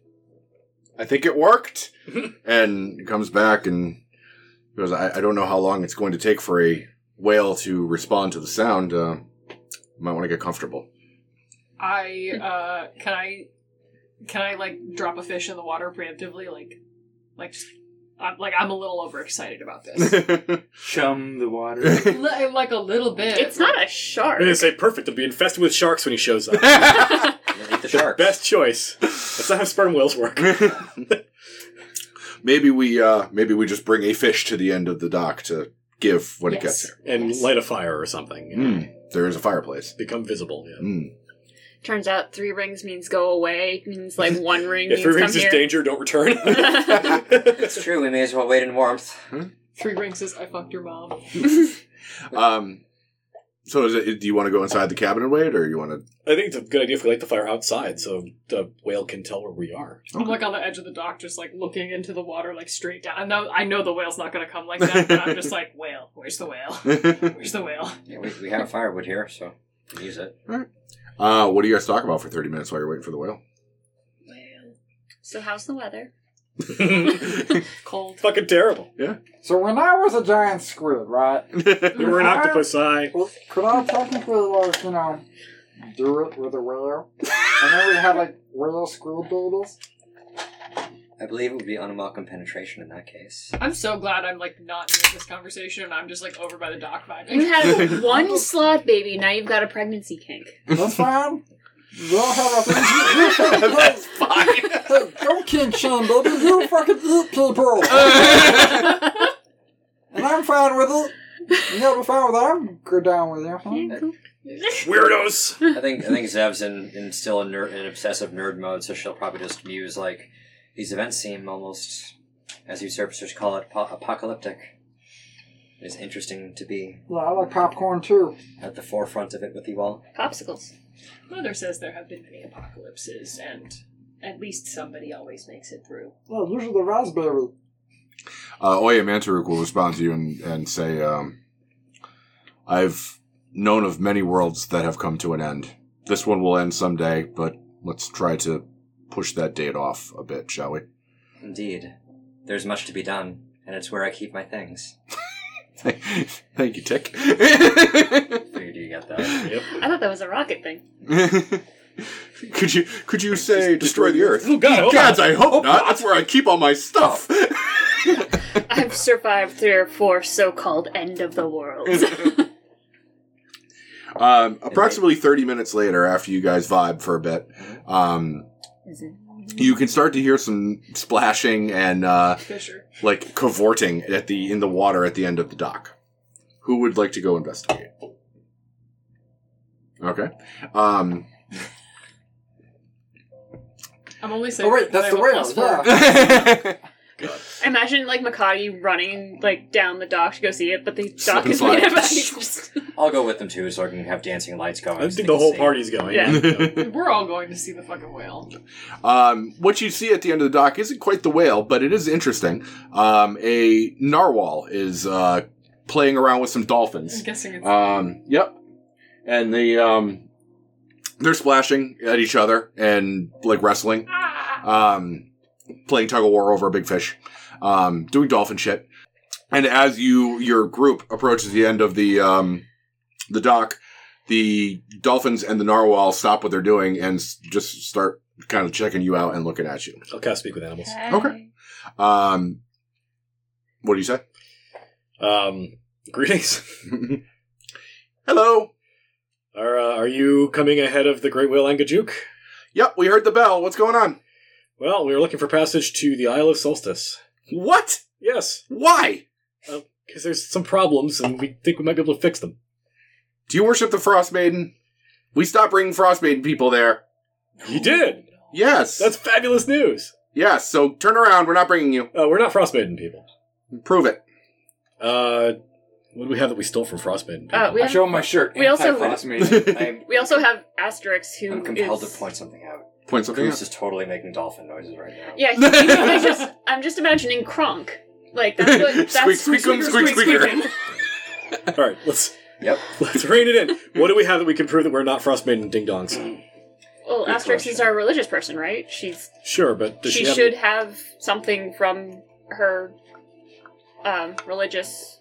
Speaker 2: "I think it worked." and comes back and goes, I, I don't know how long it's going to take for a whale to respond to the sound. Uh, might want to get comfortable.
Speaker 5: I uh can I can I like drop a fish in the water preemptively like like just I'm, like I'm a little overexcited about this
Speaker 7: Chum the water.
Speaker 5: Li- like a little bit.
Speaker 3: It's not a shark.
Speaker 1: I'm going to say perfect. He'll be infested with sharks when he shows up.
Speaker 4: Eat the sharks.
Speaker 1: Best choice. That's not how sperm whales work.
Speaker 2: maybe we uh, maybe we just bring a fish to the end of the dock to give when it
Speaker 5: Yes.
Speaker 2: gets here.
Speaker 1: And
Speaker 5: Yes.
Speaker 1: light a fire or something. you know.
Speaker 2: Mm, there is a fireplace.
Speaker 1: Become visible. Yeah.
Speaker 2: Mm.
Speaker 3: Turns out three rings means go away. Means like one ring
Speaker 1: If
Speaker 3: means
Speaker 1: three
Speaker 3: come
Speaker 1: rings is
Speaker 3: here.
Speaker 1: danger, don't return.
Speaker 4: It's true. We may as well wait in warmth.
Speaker 5: Three rings says I fucked your mom.
Speaker 2: Um, so is it, do you want to go inside the cabin and wait, or you want to?
Speaker 1: I think it's a good idea if we light the fire outside so the whale can tell where we are.
Speaker 5: I'm like on the edge of the dock, just like looking into the water, like straight down. I know I know the whale's not gonna come like that, but I'm just like, whale, where's the whale? Where's the whale?
Speaker 4: Yeah, we, we have firewood here, so we can use it.
Speaker 2: uh, what do you guys talk about for thirty minutes while you're waiting for the whale?
Speaker 3: So how's the weather?
Speaker 5: Cold.
Speaker 1: Fucking terrible.
Speaker 6: So when I was a giant squid, right?
Speaker 1: You were an
Speaker 6: Ah.
Speaker 1: octopus eye.
Speaker 6: Well, could I technically, like, you know, do it with a whale? And then we had, like, whale squid babies?
Speaker 4: I believe it would be unwelcome penetration in that case.
Speaker 5: I'm so glad I'm like not in this conversation and I'm just like over by the dock
Speaker 3: You
Speaker 5: vibing.
Speaker 3: had one sloth baby. Now you've got a pregnancy kink.
Speaker 6: That's fine. You'll have a That's fine. Go King Shane, baby. You fucking eat people. and I'm fine with it. You know, if I were them, go down with you. Huh?
Speaker 1: Weirdos.
Speaker 4: I think I think Zev's in, in still in, ner- in obsessive nerd mode, so she'll probably just use like these events seem almost, as you surfacers call it, po- apocalyptic. It is interesting to be
Speaker 6: Yeah, I like popcorn too.
Speaker 4: at the forefront of it with you all.
Speaker 3: Popsicles.
Speaker 5: Mother says there have been many apocalypses and at least somebody always makes it through.
Speaker 6: Yeah, usually the raspberry.
Speaker 2: Uh, Oya Mantaruk will respond to you and, and say, um, I've known of many worlds that have come to an end. This one will end someday, but let's try to push that date off a bit, shall we?
Speaker 4: Indeed. There's much to be done, and it's where I keep my things.
Speaker 2: Thank you, Tick.
Speaker 4: Figured you got that.
Speaker 1: Yep.
Speaker 3: I thought that was a rocket thing.
Speaker 2: could you could you say destroy the earth? oh.
Speaker 1: Oh god, oh,
Speaker 2: Gods, I hope not. That's where I keep all my stuff.
Speaker 3: I've survived three or four so-called end of the world.
Speaker 2: Oh. um, approximately thirty minutes later, after you guys vibe for a bit, um, you can start to hear some splashing and uh,
Speaker 5: Fisher.
Speaker 2: like cavorting at the in the water at the end of the dock. Who would like to go investigate? Okay. Um,
Speaker 5: I'm only saying.
Speaker 6: Oh, wait,
Speaker 5: because
Speaker 6: that's
Speaker 5: I
Speaker 6: the
Speaker 5: have a
Speaker 6: rails.
Speaker 5: plus four.
Speaker 6: yeah.
Speaker 3: Imagine like Makati running like down the dock to go see it, but the
Speaker 2: Slip
Speaker 3: dock
Speaker 2: and
Speaker 3: is made
Speaker 2: slide.
Speaker 3: up of just
Speaker 4: I'll go with them too, so I can have dancing lights going.
Speaker 1: I think
Speaker 4: so they
Speaker 1: the
Speaker 4: can
Speaker 1: whole
Speaker 4: see.
Speaker 1: party's going.
Speaker 3: Yeah.
Speaker 5: We're all going to see the fucking whale.
Speaker 2: Um, what you see at the end of the dock isn't quite the whale, but it is interesting. Um, a narwhal is uh, playing around with some dolphins.
Speaker 5: I'm guessing it's.
Speaker 2: Um, yep. And the um, they're splashing at each other and like wrestling,
Speaker 5: Ah!
Speaker 2: um, playing tug of war over a big fish, um, doing dolphin shit. And as you your group approaches the end of the um, the dock, the dolphins and the narwhal stop what they're doing and s- just start kind of checking you out and looking at you.
Speaker 1: I'll cast speak with animals.
Speaker 2: Okay. Um, what do you say?
Speaker 1: Um, greetings.
Speaker 2: Hello.
Speaker 1: Are uh, are you coming ahead of the Great Whale Angajuk?
Speaker 2: Yep, we heard the bell. What's going on?
Speaker 1: Well, we were looking for passage to the Isle of Solstice.
Speaker 2: What?
Speaker 1: Yes,
Speaker 2: Why?
Speaker 1: because there's some problems, and we think we might be able to fix them.
Speaker 2: Do you worship the Frost Maiden? We stopped bringing Frost Maiden people there.
Speaker 1: You did.
Speaker 2: Yes.
Speaker 1: That's fabulous news.
Speaker 2: yes. So turn around. We're not bringing you.
Speaker 1: Uh, we're not Frostmaiden people.
Speaker 2: Prove it.
Speaker 1: Uh, what do we have that we stole from Frostmaiden? People?
Speaker 3: Uh, we,
Speaker 7: I
Speaker 3: have,
Speaker 7: show him my shirt.
Speaker 3: We also-
Speaker 7: Anti-frost maiden.
Speaker 4: I'm,
Speaker 3: we also have Asterix who
Speaker 4: I'm compelled
Speaker 3: is-
Speaker 4: to point something out.
Speaker 2: Point something.
Speaker 4: Goose
Speaker 2: out.
Speaker 4: is totally making dolphin noises right now.
Speaker 3: Yeah, he- I just I'm just imagining Kronk. Like that's what that's
Speaker 2: Squeak, squeakum, squeak, squeaker.
Speaker 1: All right, let's
Speaker 4: Yep.
Speaker 1: let's rein it in. What do we have that we can prove that we're not Frostmaiden ding dongs?
Speaker 3: Well,
Speaker 4: Good
Speaker 3: Asterix is
Speaker 4: question.
Speaker 3: our religious person, right? She's
Speaker 1: Sure, but does she,
Speaker 3: she,
Speaker 1: have
Speaker 3: should have something from her um, religious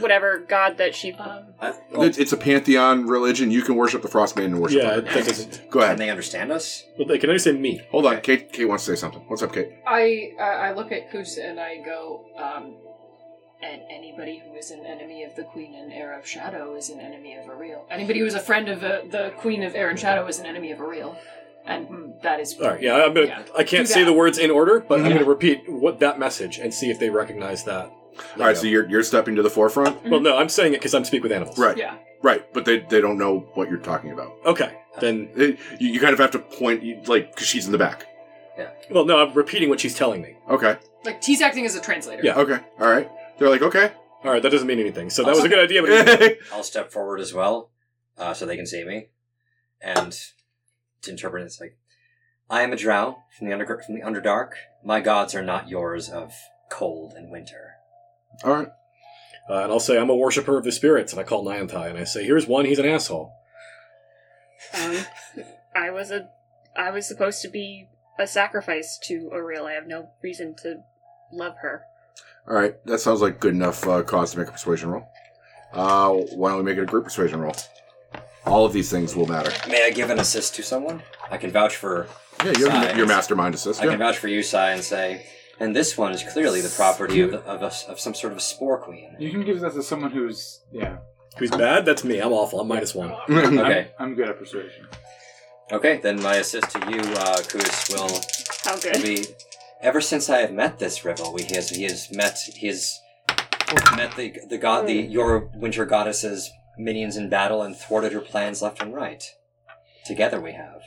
Speaker 3: whatever god that she
Speaker 5: Um,
Speaker 4: Uh, well,
Speaker 2: It's, it's a pantheon religion. You can worship the Frost Maiden and worship.
Speaker 1: Yeah,
Speaker 2: her.
Speaker 1: that doesn't.
Speaker 2: Go
Speaker 4: can
Speaker 2: ahead.
Speaker 4: they understand us?
Speaker 1: Well, they can understand me.
Speaker 2: Hold on. Kate. Kate wants to say something. What's up, Kate?
Speaker 5: I I I look at Kus and I go, um, and anybody who is an enemy of the Queen and Heir of Shadow is an enemy of a real. Anybody who is a friend of uh, the Queen of Air and Shadow is an enemy of a real, and mm, that is.
Speaker 1: All right, yeah, I'm gonna,
Speaker 5: Yeah.
Speaker 1: I can't
Speaker 5: Do
Speaker 1: say
Speaker 5: that.
Speaker 1: the words in order, but I'm
Speaker 5: Yeah.
Speaker 1: going to repeat what that message and see if they recognize that.
Speaker 2: All right. So you're you're stepping to the forefront.
Speaker 1: well, no, I'm saying it because I'm speak with animals.
Speaker 2: Right.
Speaker 5: Yeah.
Speaker 2: Right. But they they don't know what you're talking about.
Speaker 1: Okay. Then,
Speaker 2: It, you, you kind of have to point you, like because she's in the back.
Speaker 1: well, no, I'm repeating what she's telling me.
Speaker 2: Okay.
Speaker 5: Like he's acting as a translator.
Speaker 1: Yeah.
Speaker 2: Okay. All right. They're like okay.
Speaker 1: All right, that doesn't mean anything. So that was a good idea, but it didn't-
Speaker 4: I'll step forward as well, uh, so they can see me, and to interpret it, it's like, I am a drow from the under from the Underdark. My gods are not yours of cold and winter.
Speaker 2: All right.
Speaker 1: Uh, and I'll say, I'm a worshiper of the spirits, and I call Niantai, and I say, here's one, he's an asshole.
Speaker 3: um, I was a I was supposed to be a sacrifice to Ariel. I have no reason to love her.
Speaker 2: All right. That sounds like good enough uh, cause to make a persuasion roll. Uh, why don't we make it a group persuasion roll? All of these things will matter.
Speaker 4: May I give an assist to someone? I can vouch for
Speaker 2: Yeah, you have
Speaker 4: Size.
Speaker 2: your mastermind assist.
Speaker 4: I can
Speaker 2: Yeah.
Speaker 4: vouch for you, Sai, and say, and this one is clearly the property of, of, a, of some sort of a spore queen.
Speaker 7: You can give that to someone who's yeah.
Speaker 1: Who's bad? That's me. I'm awful. I'm minus one.
Speaker 4: Okay,
Speaker 7: I'm, I'm good at persuasion.
Speaker 4: okay, then my assist to you, uh, Kus, will
Speaker 3: How good.
Speaker 4: be. Ever since I have met this rival, we, he has he has met he has met the the god the your winter goddess's minions in battle and thwarted her plans left and right. Together we have.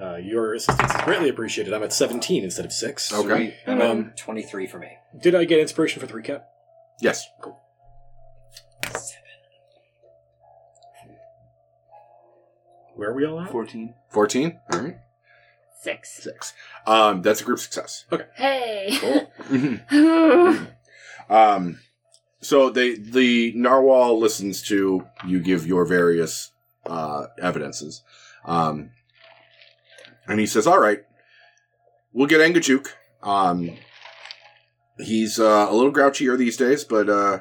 Speaker 1: Uh, your assistance is greatly appreciated. I'm at 17 instead of 6.
Speaker 2: Okay.
Speaker 4: And
Speaker 1: Um,
Speaker 4: twenty three for me.
Speaker 1: Did I get inspiration for 3 cap?
Speaker 2: yes.
Speaker 1: Where are we all at?
Speaker 7: Fourteen.
Speaker 2: Fourteen. All right.
Speaker 3: Six.
Speaker 2: Six. Um, that's a group success. Okay.
Speaker 3: Hey.
Speaker 4: Mm-hmm.
Speaker 2: Cool. um, so they the narwhal listens to you give your various uh, evidences, um, and he says, "All right, we'll get Engajuk. Um, he's uh, a little grouchier these days, but uh,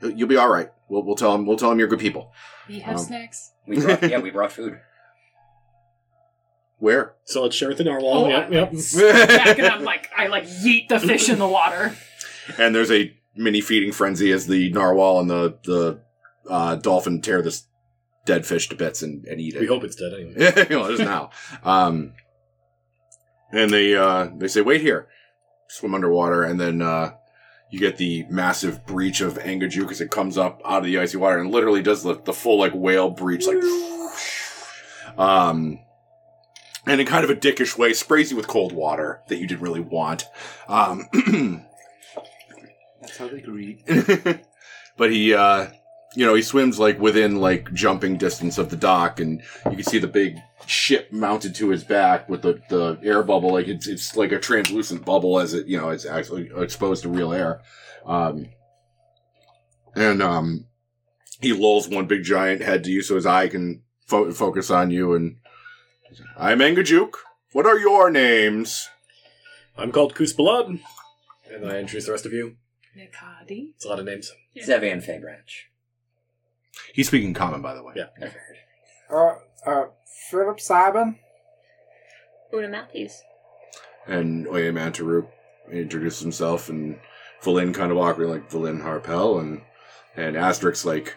Speaker 2: you'll be all right. We'll, we'll tell him. We'll tell him you're good people.
Speaker 5: We have
Speaker 2: Um,
Speaker 5: snacks.
Speaker 4: We brought, yeah, we brought food.
Speaker 2: Where?
Speaker 1: So let's share with the narwhal.
Speaker 5: Oh,
Speaker 1: yep,
Speaker 5: I-
Speaker 1: yep.
Speaker 5: Back and I'm like, I like yeet the fish in the water.
Speaker 2: and there's a mini feeding frenzy as the narwhal and the the uh, dolphin tear this dead fish to bits and, and eat it.
Speaker 1: We hope it's dead anyway.
Speaker 2: Yeah, well, it is now. Um, and they uh, they say, "Wait here." Swim underwater, and then uh, you get the massive breach of Angaju as it comes up out of the icy water and literally does the, the full like whale breach, like, um, and in kind of a dickish way, sprays you with cold water that you didn't really want. Um,
Speaker 7: That's how they greet.
Speaker 2: but he uh you know he swims like within like jumping distance of the dock and you can see the big ship mounted to his back with the the air bubble like it's it's like a translucent bubble as it you know it's actually exposed to real air um and um he lulls one big giant head to you so his eye can fo- focus on you and i'm engajuk what are your names
Speaker 1: I'm called Koos Blood, and then I introduce the rest of you.
Speaker 5: Nikadi.
Speaker 1: It's a lot of names.
Speaker 5: Yeah.
Speaker 4: Zevan Fay Branch.
Speaker 2: he's speaking common by the way
Speaker 1: Yeah.
Speaker 4: I figured.
Speaker 6: Uh, uh, Philip Simon.
Speaker 3: Una Matthews.
Speaker 2: and Oye Mantaroop introduced himself, and Valin kind of awkwardly like Valin Harpel, and and Asterix like,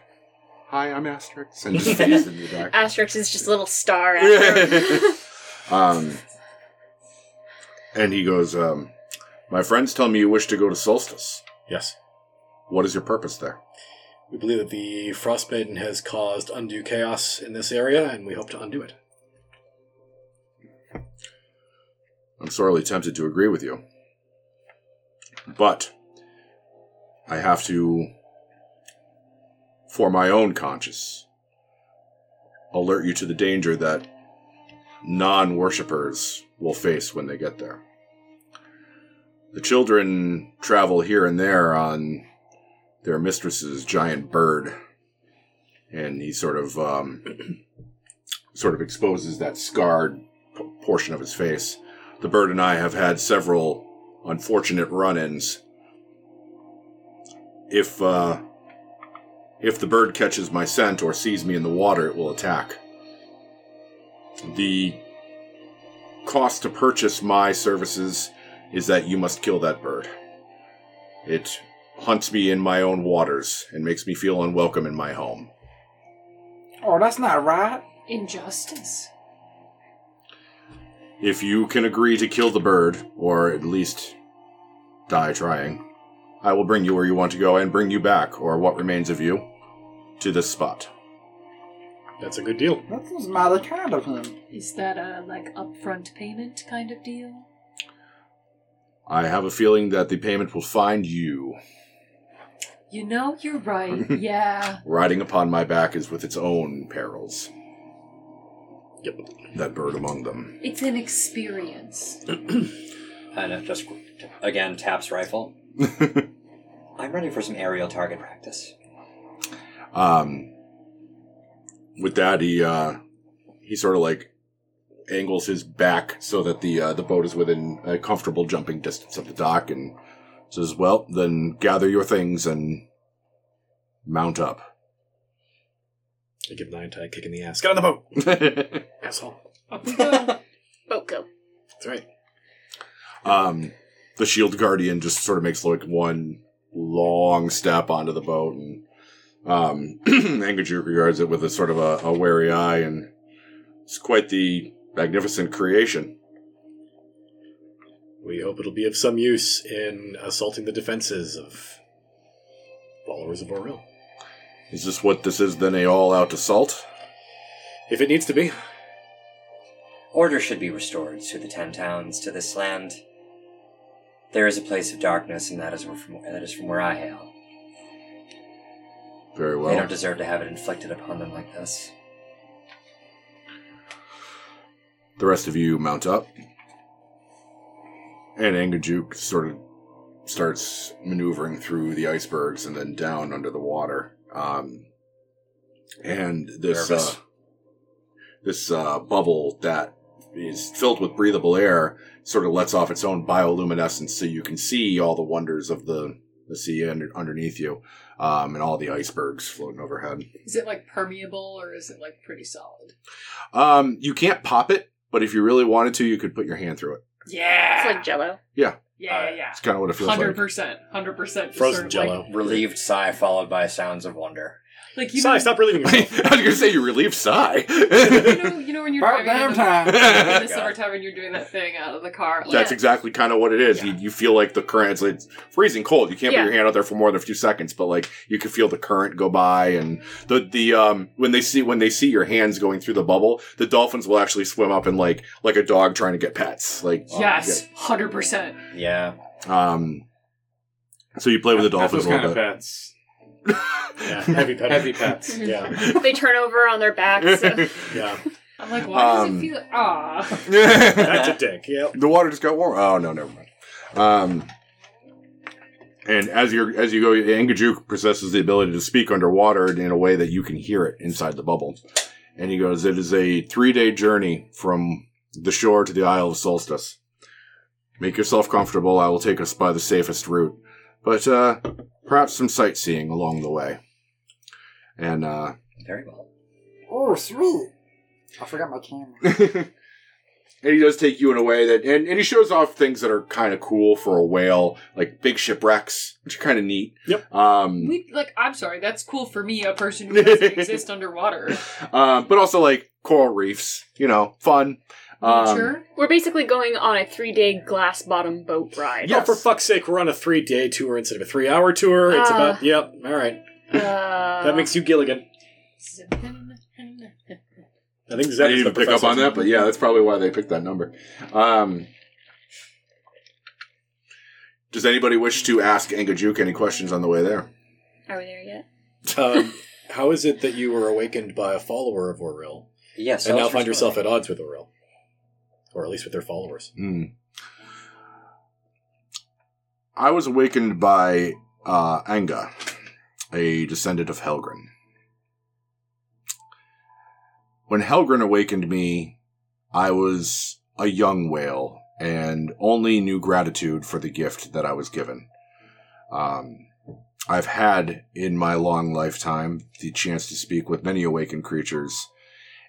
Speaker 2: "Hi, I'm Asterix," and just fades into the back.
Speaker 3: Asterix is just a little star after him.
Speaker 2: Um, and he goes, um, "My friends tell me you wish to go to Solstice.
Speaker 1: Yes.
Speaker 2: What is your purpose there?"
Speaker 1: We believe that the Frost Maiden has caused undue chaos in this area, and we hope to undo it.
Speaker 2: I'm sorely tempted to agree with you, but I have to, for my own conscience, alert you to the danger that non worshippers will face when they get there. The children travel here and there on their mistress's giant bird, and he sort of um, sort of exposes that scarred p- portion of his face. The bird and I have had several unfortunate run-ins. If uh, if the bird catches my scent or sees me in the water, it will attack. The cost to purchase my services is that you must kill that bird. It hunts me in my own waters and makes me feel unwelcome in my home.
Speaker 6: Oh, that's not right.
Speaker 5: Injustice.
Speaker 2: If you can agree to kill the bird, or at least die trying, I will bring you where you want to go and bring you back, or what remains of you, to this spot.
Speaker 1: That's a good deal.
Speaker 6: That was mighty kind of him.
Speaker 5: Is that a like upfront payment kind of deal?
Speaker 2: I have a feeling that the payment will find you.
Speaker 5: You know, you're right. yeah.
Speaker 2: Riding upon my back is with its own perils,
Speaker 1: Yep.
Speaker 2: that bird among them.
Speaker 5: It's an experience.
Speaker 4: And it just, again, taps rifle. I'm ready for some aerial target practice.
Speaker 2: Um, with that, he uh, he sort of like angles his back so that the uh, the boat is within a comfortable jumping distance of the dock, and says, "Well, then gather your things and mount up."
Speaker 1: I give Niantai a kick in the ass. Get on the boat! Asshole.
Speaker 5: Up we go.
Speaker 3: Boko.
Speaker 1: That's right.
Speaker 2: um, the shield guardian just sort of makes like one long step onto the boat, and um, Angajuk regards it with a sort of a, a wary eye, and it's quite the magnificent creation.
Speaker 1: We hope it'll be of some use in assaulting the defenses of followers of Oril.
Speaker 2: Is this what this is then a all out assault?
Speaker 1: If it needs to be.
Speaker 4: Order should be restored to the ten towns, to this land. There is a place of darkness, and that is where from, that is from where I hail.
Speaker 2: Very
Speaker 4: They
Speaker 2: well.
Speaker 4: don't deserve to have it inflicted upon them like this.
Speaker 2: The rest of you mount up. And Angajuk sort of starts maneuvering through the icebergs and then down under the water. Um, and this uh,
Speaker 4: Nervous.
Speaker 2: this uh, bubble that is filled with breathable air sort of lets off its own bioluminescence, so you can see all the wonders of the the sea under, underneath you, um, and all the icebergs floating overhead.
Speaker 5: Is it like permeable or is it like pretty solid?
Speaker 2: Um, you can't pop it, but if you really wanted to, you could put your hand through it.
Speaker 5: Yeah.
Speaker 3: It's like jello.
Speaker 5: yeah, yeah,
Speaker 2: It's kind of what it
Speaker 5: yeah.
Speaker 2: feels
Speaker 5: Hundred
Speaker 2: like.
Speaker 5: percent, hundred percent.
Speaker 1: Frozen
Speaker 5: Like,
Speaker 1: jello.
Speaker 4: Relieved sigh followed by sounds of wonder.
Speaker 5: like you,
Speaker 1: Sigh,
Speaker 5: know,
Speaker 1: stop relieving
Speaker 2: I
Speaker 1: yourself.
Speaker 2: was gonna say you relieve sigh.
Speaker 5: you know, you know when you're
Speaker 6: About
Speaker 5: driving
Speaker 6: damn
Speaker 5: in the,
Speaker 6: time.
Speaker 5: in the
Speaker 2: That's
Speaker 4: Yeah.
Speaker 5: summertime and you're doing that thing out of the car. Like,
Speaker 2: exactly kind of what it is. You, you feel like the current it's, it's freezing cold. You can't
Speaker 3: Yeah.
Speaker 2: put your hand out there for more than a few seconds, but like you can feel the current go by and the the um when they see when they see your hands going through the bubble, the dolphins will actually swim up and like like a dog trying to get pets. Like
Speaker 5: yes, hundred percent.
Speaker 4: Yeah.
Speaker 2: um so you play with the
Speaker 7: Not
Speaker 2: dolphins
Speaker 7: those
Speaker 2: a
Speaker 7: kind
Speaker 2: little
Speaker 7: of
Speaker 2: bit.
Speaker 7: pets.
Speaker 1: yeah, heavy pepper.
Speaker 7: Heavy pets.
Speaker 1: Yeah,
Speaker 3: They turn over on their backs.
Speaker 1: yeah.
Speaker 5: I'm like, why
Speaker 2: Um,
Speaker 5: does it feel? Ah,
Speaker 1: That's a dick. Yep.
Speaker 2: The water just got warm. Oh no, never mind. Um, and as you are as you go, Angajuk possesses the ability to speak underwater in a way that you can hear it inside the bubble. And he goes, "It is a three day journey from the shore to the Isle of Solstice. Make yourself comfortable. I will take us by the safest route, but uh, perhaps some sightseeing along the way." And uh,
Speaker 4: Very well.
Speaker 6: Oh, sweet. I forgot my camera.
Speaker 2: and he does take you in a way that and, and he shows off things that are kind of cool for a whale like big shipwrecks which are kind of neat
Speaker 1: Yep.
Speaker 2: um,
Speaker 5: we like. I'm sorry. That's cool for me, a person who doesn't exist underwater.
Speaker 2: um but also like coral reefs you know fun um
Speaker 5: Nature.
Speaker 3: We're basically going on a three day glass bottom boat ride.
Speaker 1: Yeah, Oh, for fuck's sake, we're on a three day tour instead of a three hour tour. It's
Speaker 5: Uh,
Speaker 3: Ah.
Speaker 1: about, yep, all right.
Speaker 3: Uh,
Speaker 1: That makes you Gilligan. I think Zeb
Speaker 2: I didn't
Speaker 1: is the
Speaker 2: even pick up
Speaker 1: professor.
Speaker 2: on that, but yeah, that's probably why they picked that number. Um, does anybody wish to ask Angajuk any questions on the way there?
Speaker 3: Are we there yet?
Speaker 1: um, how is it that you were awakened by a follower of Oril
Speaker 4: Yes.
Speaker 1: and now find yourself at odds with Oril? Or at least with their followers?
Speaker 2: Hmm. I was awakened by uh, Anga, a descendant of Helgrin. When Helgrin awakened me, I was a young whale and only knew gratitude for the gift that I was given. Um, I've had in my long lifetime the chance to speak with many awakened creatures,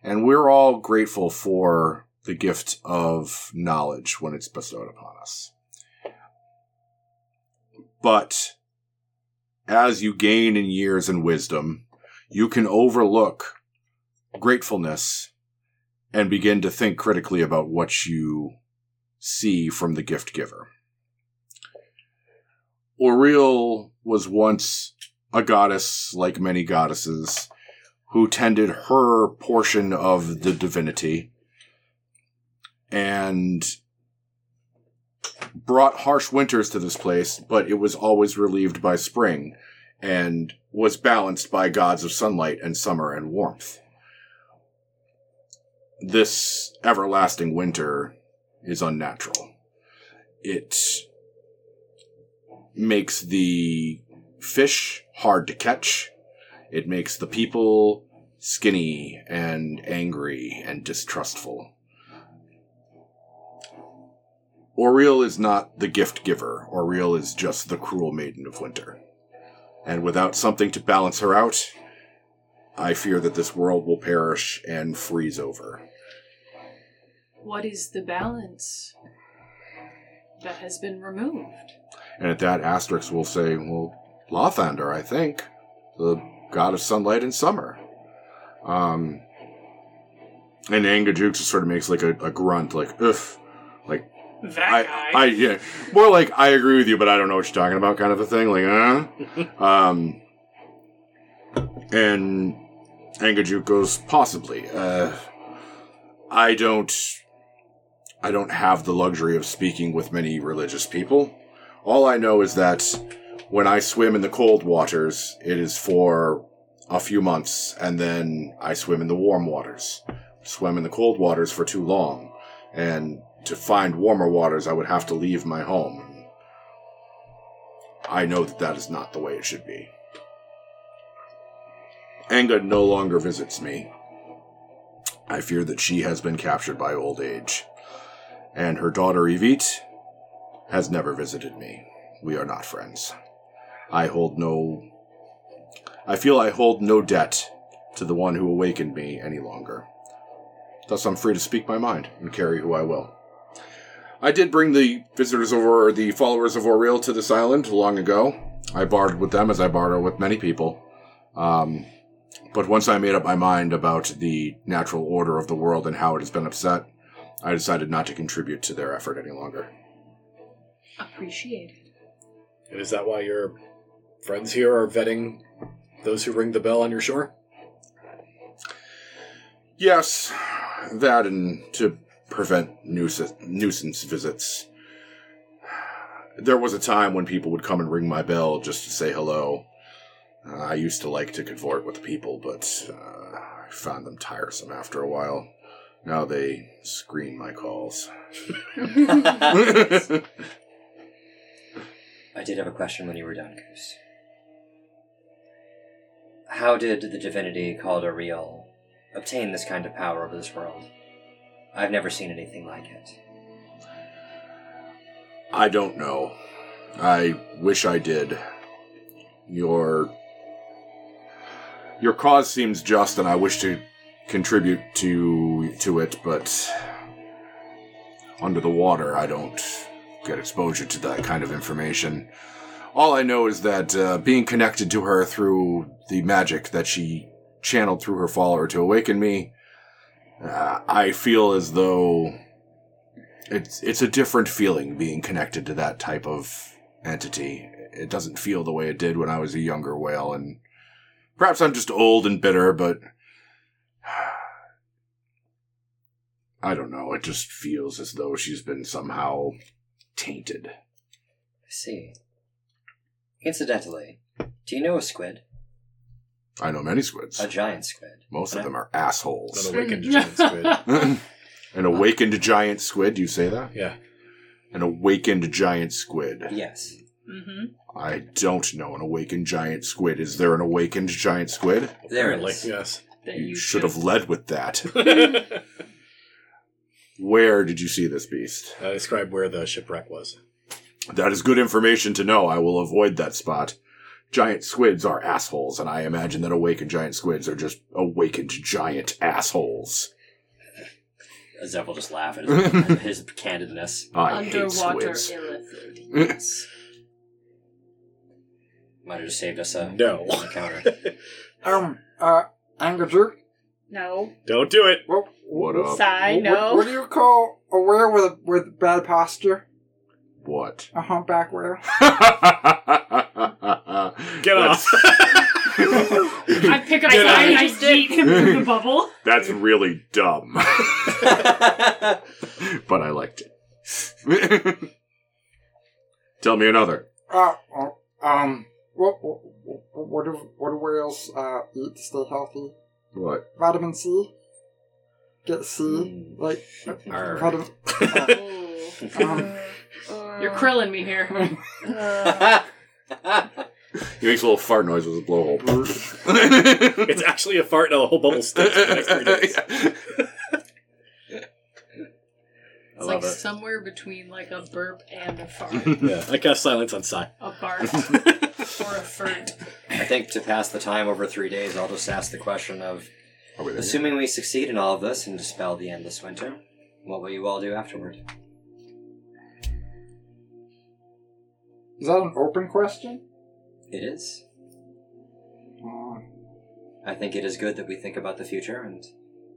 Speaker 2: and we're all grateful for the gift of knowledge when it's bestowed upon us. But as you gain in years and wisdom, you can overlook gratefulness and begin to think critically about what you see from the gift giver. Oriel was once a goddess like many goddesses who tended her portion of the divinity and brought harsh winters to this place, but it was always relieved by spring and was balanced by gods of sunlight and summer and warmth. This everlasting winter is unnatural. It makes the fish hard to catch. It makes the people skinny and angry and distrustful. Oriel is not the gift giver. Oriel is just the cruel maiden of winter. And without something to balance her out, I fear that this world will perish and freeze over.
Speaker 5: What is the balance that has been removed?
Speaker 2: And at that, Asterix will say, well, Lothander, I think, the god of sunlight and summer. Um, and Angajux just sort of makes like a, a grunt, like, oof.
Speaker 5: That
Speaker 2: I,
Speaker 5: guy.
Speaker 2: I, yeah, more like, I agree with you, but I don't know what you're talking about kind of a thing, like, uh. um, and Angajux goes, possibly, uh, I don't, I don't have the luxury of speaking with many religious people. All I know is that when I swim in the cold waters, it is for a few months, and then I swim in the warm waters. Swim in the cold waters for too long, and to find warmer waters, I would have to leave my home. And I know that that is not the way it should be. Anga no longer visits me. I fear that she has been captured by old age. And her daughter Evite has never visited me. We are not friends. I hold no. I feel I hold no debt to the one who awakened me any longer. Thus, I'm free to speak my mind and carry who I will. I did bring the visitors over, or the followers of Oriel to this island long ago. I bartered with them as I barter with many people. Um, but once I made up my mind about the natural order of the world and how it has been upset, I decided not to contribute to their effort any longer.
Speaker 5: Appreciate it.
Speaker 1: And is that why your friends here are vetting those who ring the bell on your shore?
Speaker 2: Yes, that and to prevent nuisance, nuisance visits. There was a time when people would come and ring my bell just to say hello. Uh, I used to like to convert with the people, but uh, I found them tiresome after a while. Now they screen my calls.
Speaker 4: I did have a question when you were done, Goose. How did the divinity called Ariel obtain this kind of power over this world? I've never seen anything like it.
Speaker 2: I don't know. I wish I did. Your your cause seems just, and I wish to contribute to to it, but under the water, I don't get exposure to that kind of information. All I know is that uh, being connected to her through the magic that she channeled through her follower to awaken me, uh, I feel as though it's it's a different feeling being connected to that type of entity. It doesn't feel the way it did when I was a younger whale, and perhaps I'm just old and bitter, but I don't know. It just feels as though she's been somehow tainted.
Speaker 4: I see. Incidentally, do you know a squid?
Speaker 2: I know many squids.
Speaker 4: A giant squid.
Speaker 2: Most of
Speaker 4: and
Speaker 2: them are
Speaker 1: An
Speaker 2: assholes.
Speaker 1: awakened giant squid.
Speaker 2: An awakened giant squid. Do you say that?
Speaker 1: Yeah.
Speaker 2: An awakened giant squid.
Speaker 4: Yes.
Speaker 5: Mm-hmm.
Speaker 2: I don't know an awakened giant squid. Is there an awakened giant squid?
Speaker 4: There it
Speaker 1: Apparently,
Speaker 4: is.
Speaker 1: Yes. Uh,
Speaker 5: That
Speaker 2: You
Speaker 5: you
Speaker 2: should have led with that.
Speaker 1: I
Speaker 2: Where did you see this beast?
Speaker 1: described where the shipwreck was.
Speaker 2: That is good information to know. I will avoid that spot. Giant squids are assholes, and I imagine that awakened giant squids are just awakened giant assholes.
Speaker 4: Zev will just laugh at his, his candidness.
Speaker 2: I hate
Speaker 5: underwater
Speaker 2: squids.
Speaker 5: illithid. Yes.
Speaker 4: Might have just saved us a
Speaker 1: No.
Speaker 4: encounter.
Speaker 6: Um, uh, anger jerk.
Speaker 3: No.
Speaker 1: Don't do it.
Speaker 6: What? uh,
Speaker 2: What up?
Speaker 3: Sigh,
Speaker 6: what-
Speaker 3: no.
Speaker 6: What, do you call a whale with a, with bad posture?
Speaker 2: What?
Speaker 6: A humpback whale.
Speaker 1: Get off.
Speaker 5: I pick up
Speaker 1: Get
Speaker 5: sign and
Speaker 3: out.
Speaker 5: I yeet him through the bubble.
Speaker 2: That's really dumb, but I liked it. Tell me another.
Speaker 6: Uh, uh, um, what, what, what do what do whales uh eat to stay healthy?
Speaker 2: What?
Speaker 6: Vitamin C. Get C
Speaker 4: Mm.
Speaker 6: like
Speaker 1: Arr.
Speaker 6: vitamin. uh, Um,
Speaker 3: Uh,
Speaker 5: You're krillin' me here.
Speaker 2: He makes a little fart noise with his blowhole.
Speaker 1: It's actually a fart and a whole bubble sticks for the next three days.
Speaker 4: I
Speaker 5: It's like
Speaker 4: love it.
Speaker 5: somewhere between like a burp and a fart.
Speaker 1: Yeah, I cast silence on Psy.
Speaker 5: a barf or a furt.
Speaker 4: I think to pass the time over three days, I'll just ask the question of
Speaker 2: Are we there?
Speaker 4: assuming we succeed in all of this and dispel the endless winter, what will you all do afterward?
Speaker 6: is that an open question?
Speaker 4: It is.
Speaker 6: Uh,
Speaker 4: I think it is good that we think about the future and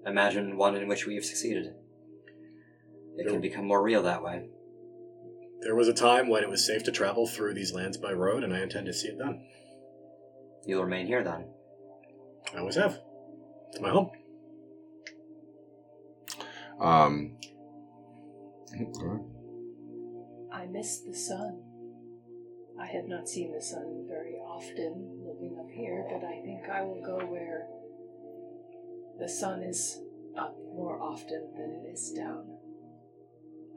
Speaker 4: imagine one in which we have succeeded. It can become more real that way.
Speaker 1: There was a time when it was safe to travel through these lands by road, and I intend to see it done.
Speaker 4: You'll remain here then.
Speaker 1: I always have. It's my home.
Speaker 2: Um,
Speaker 5: I miss the sun. I have not seen the sun very often living up here, but I think I will go where the sun is up more often than it is down.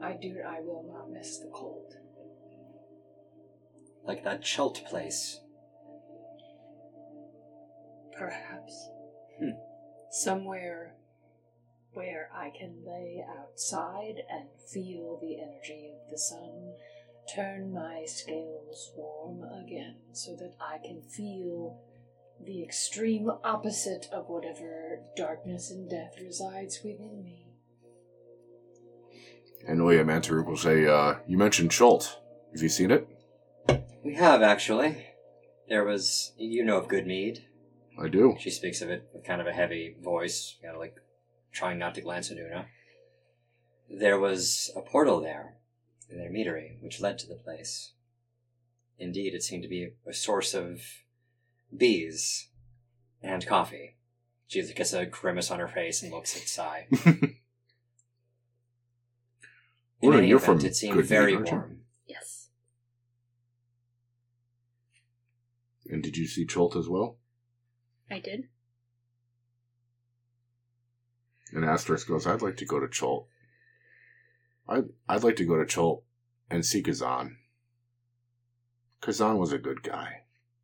Speaker 5: I do. I will not miss the cold.
Speaker 4: Like that Chelt place.
Speaker 5: Perhaps.
Speaker 4: Hmm.
Speaker 5: Somewhere where I can lay outside and feel the energy of the sun turn my scales warm again so that I can feel the extreme opposite of whatever darkness and death resides within me.
Speaker 2: And Oya Mantaruk will say, uh, You mentioned Chult. Have you seen it?
Speaker 4: We have, actually. There was. You know of Goodmead.
Speaker 2: I do.
Speaker 4: She speaks of it with kind of a heavy voice, kind of like trying not to glance at Una. There was a portal there in their meadery, which led to the place. Indeed, it seemed to be a source of bees and coffee. She gets a grimace on her face and looks at Sai. In
Speaker 2: Una,
Speaker 4: any
Speaker 2: you're
Speaker 4: event,
Speaker 2: from
Speaker 4: it seemed
Speaker 2: Goodmead,
Speaker 4: very
Speaker 2: aren't you?
Speaker 4: warm.
Speaker 3: Yes.
Speaker 2: And did you see Chult as well?
Speaker 3: I did.
Speaker 2: And Asterisk goes, I'd like to go to Chult. I'd, I'd like to go to Chult and see Kazan. Kazan was a good guy.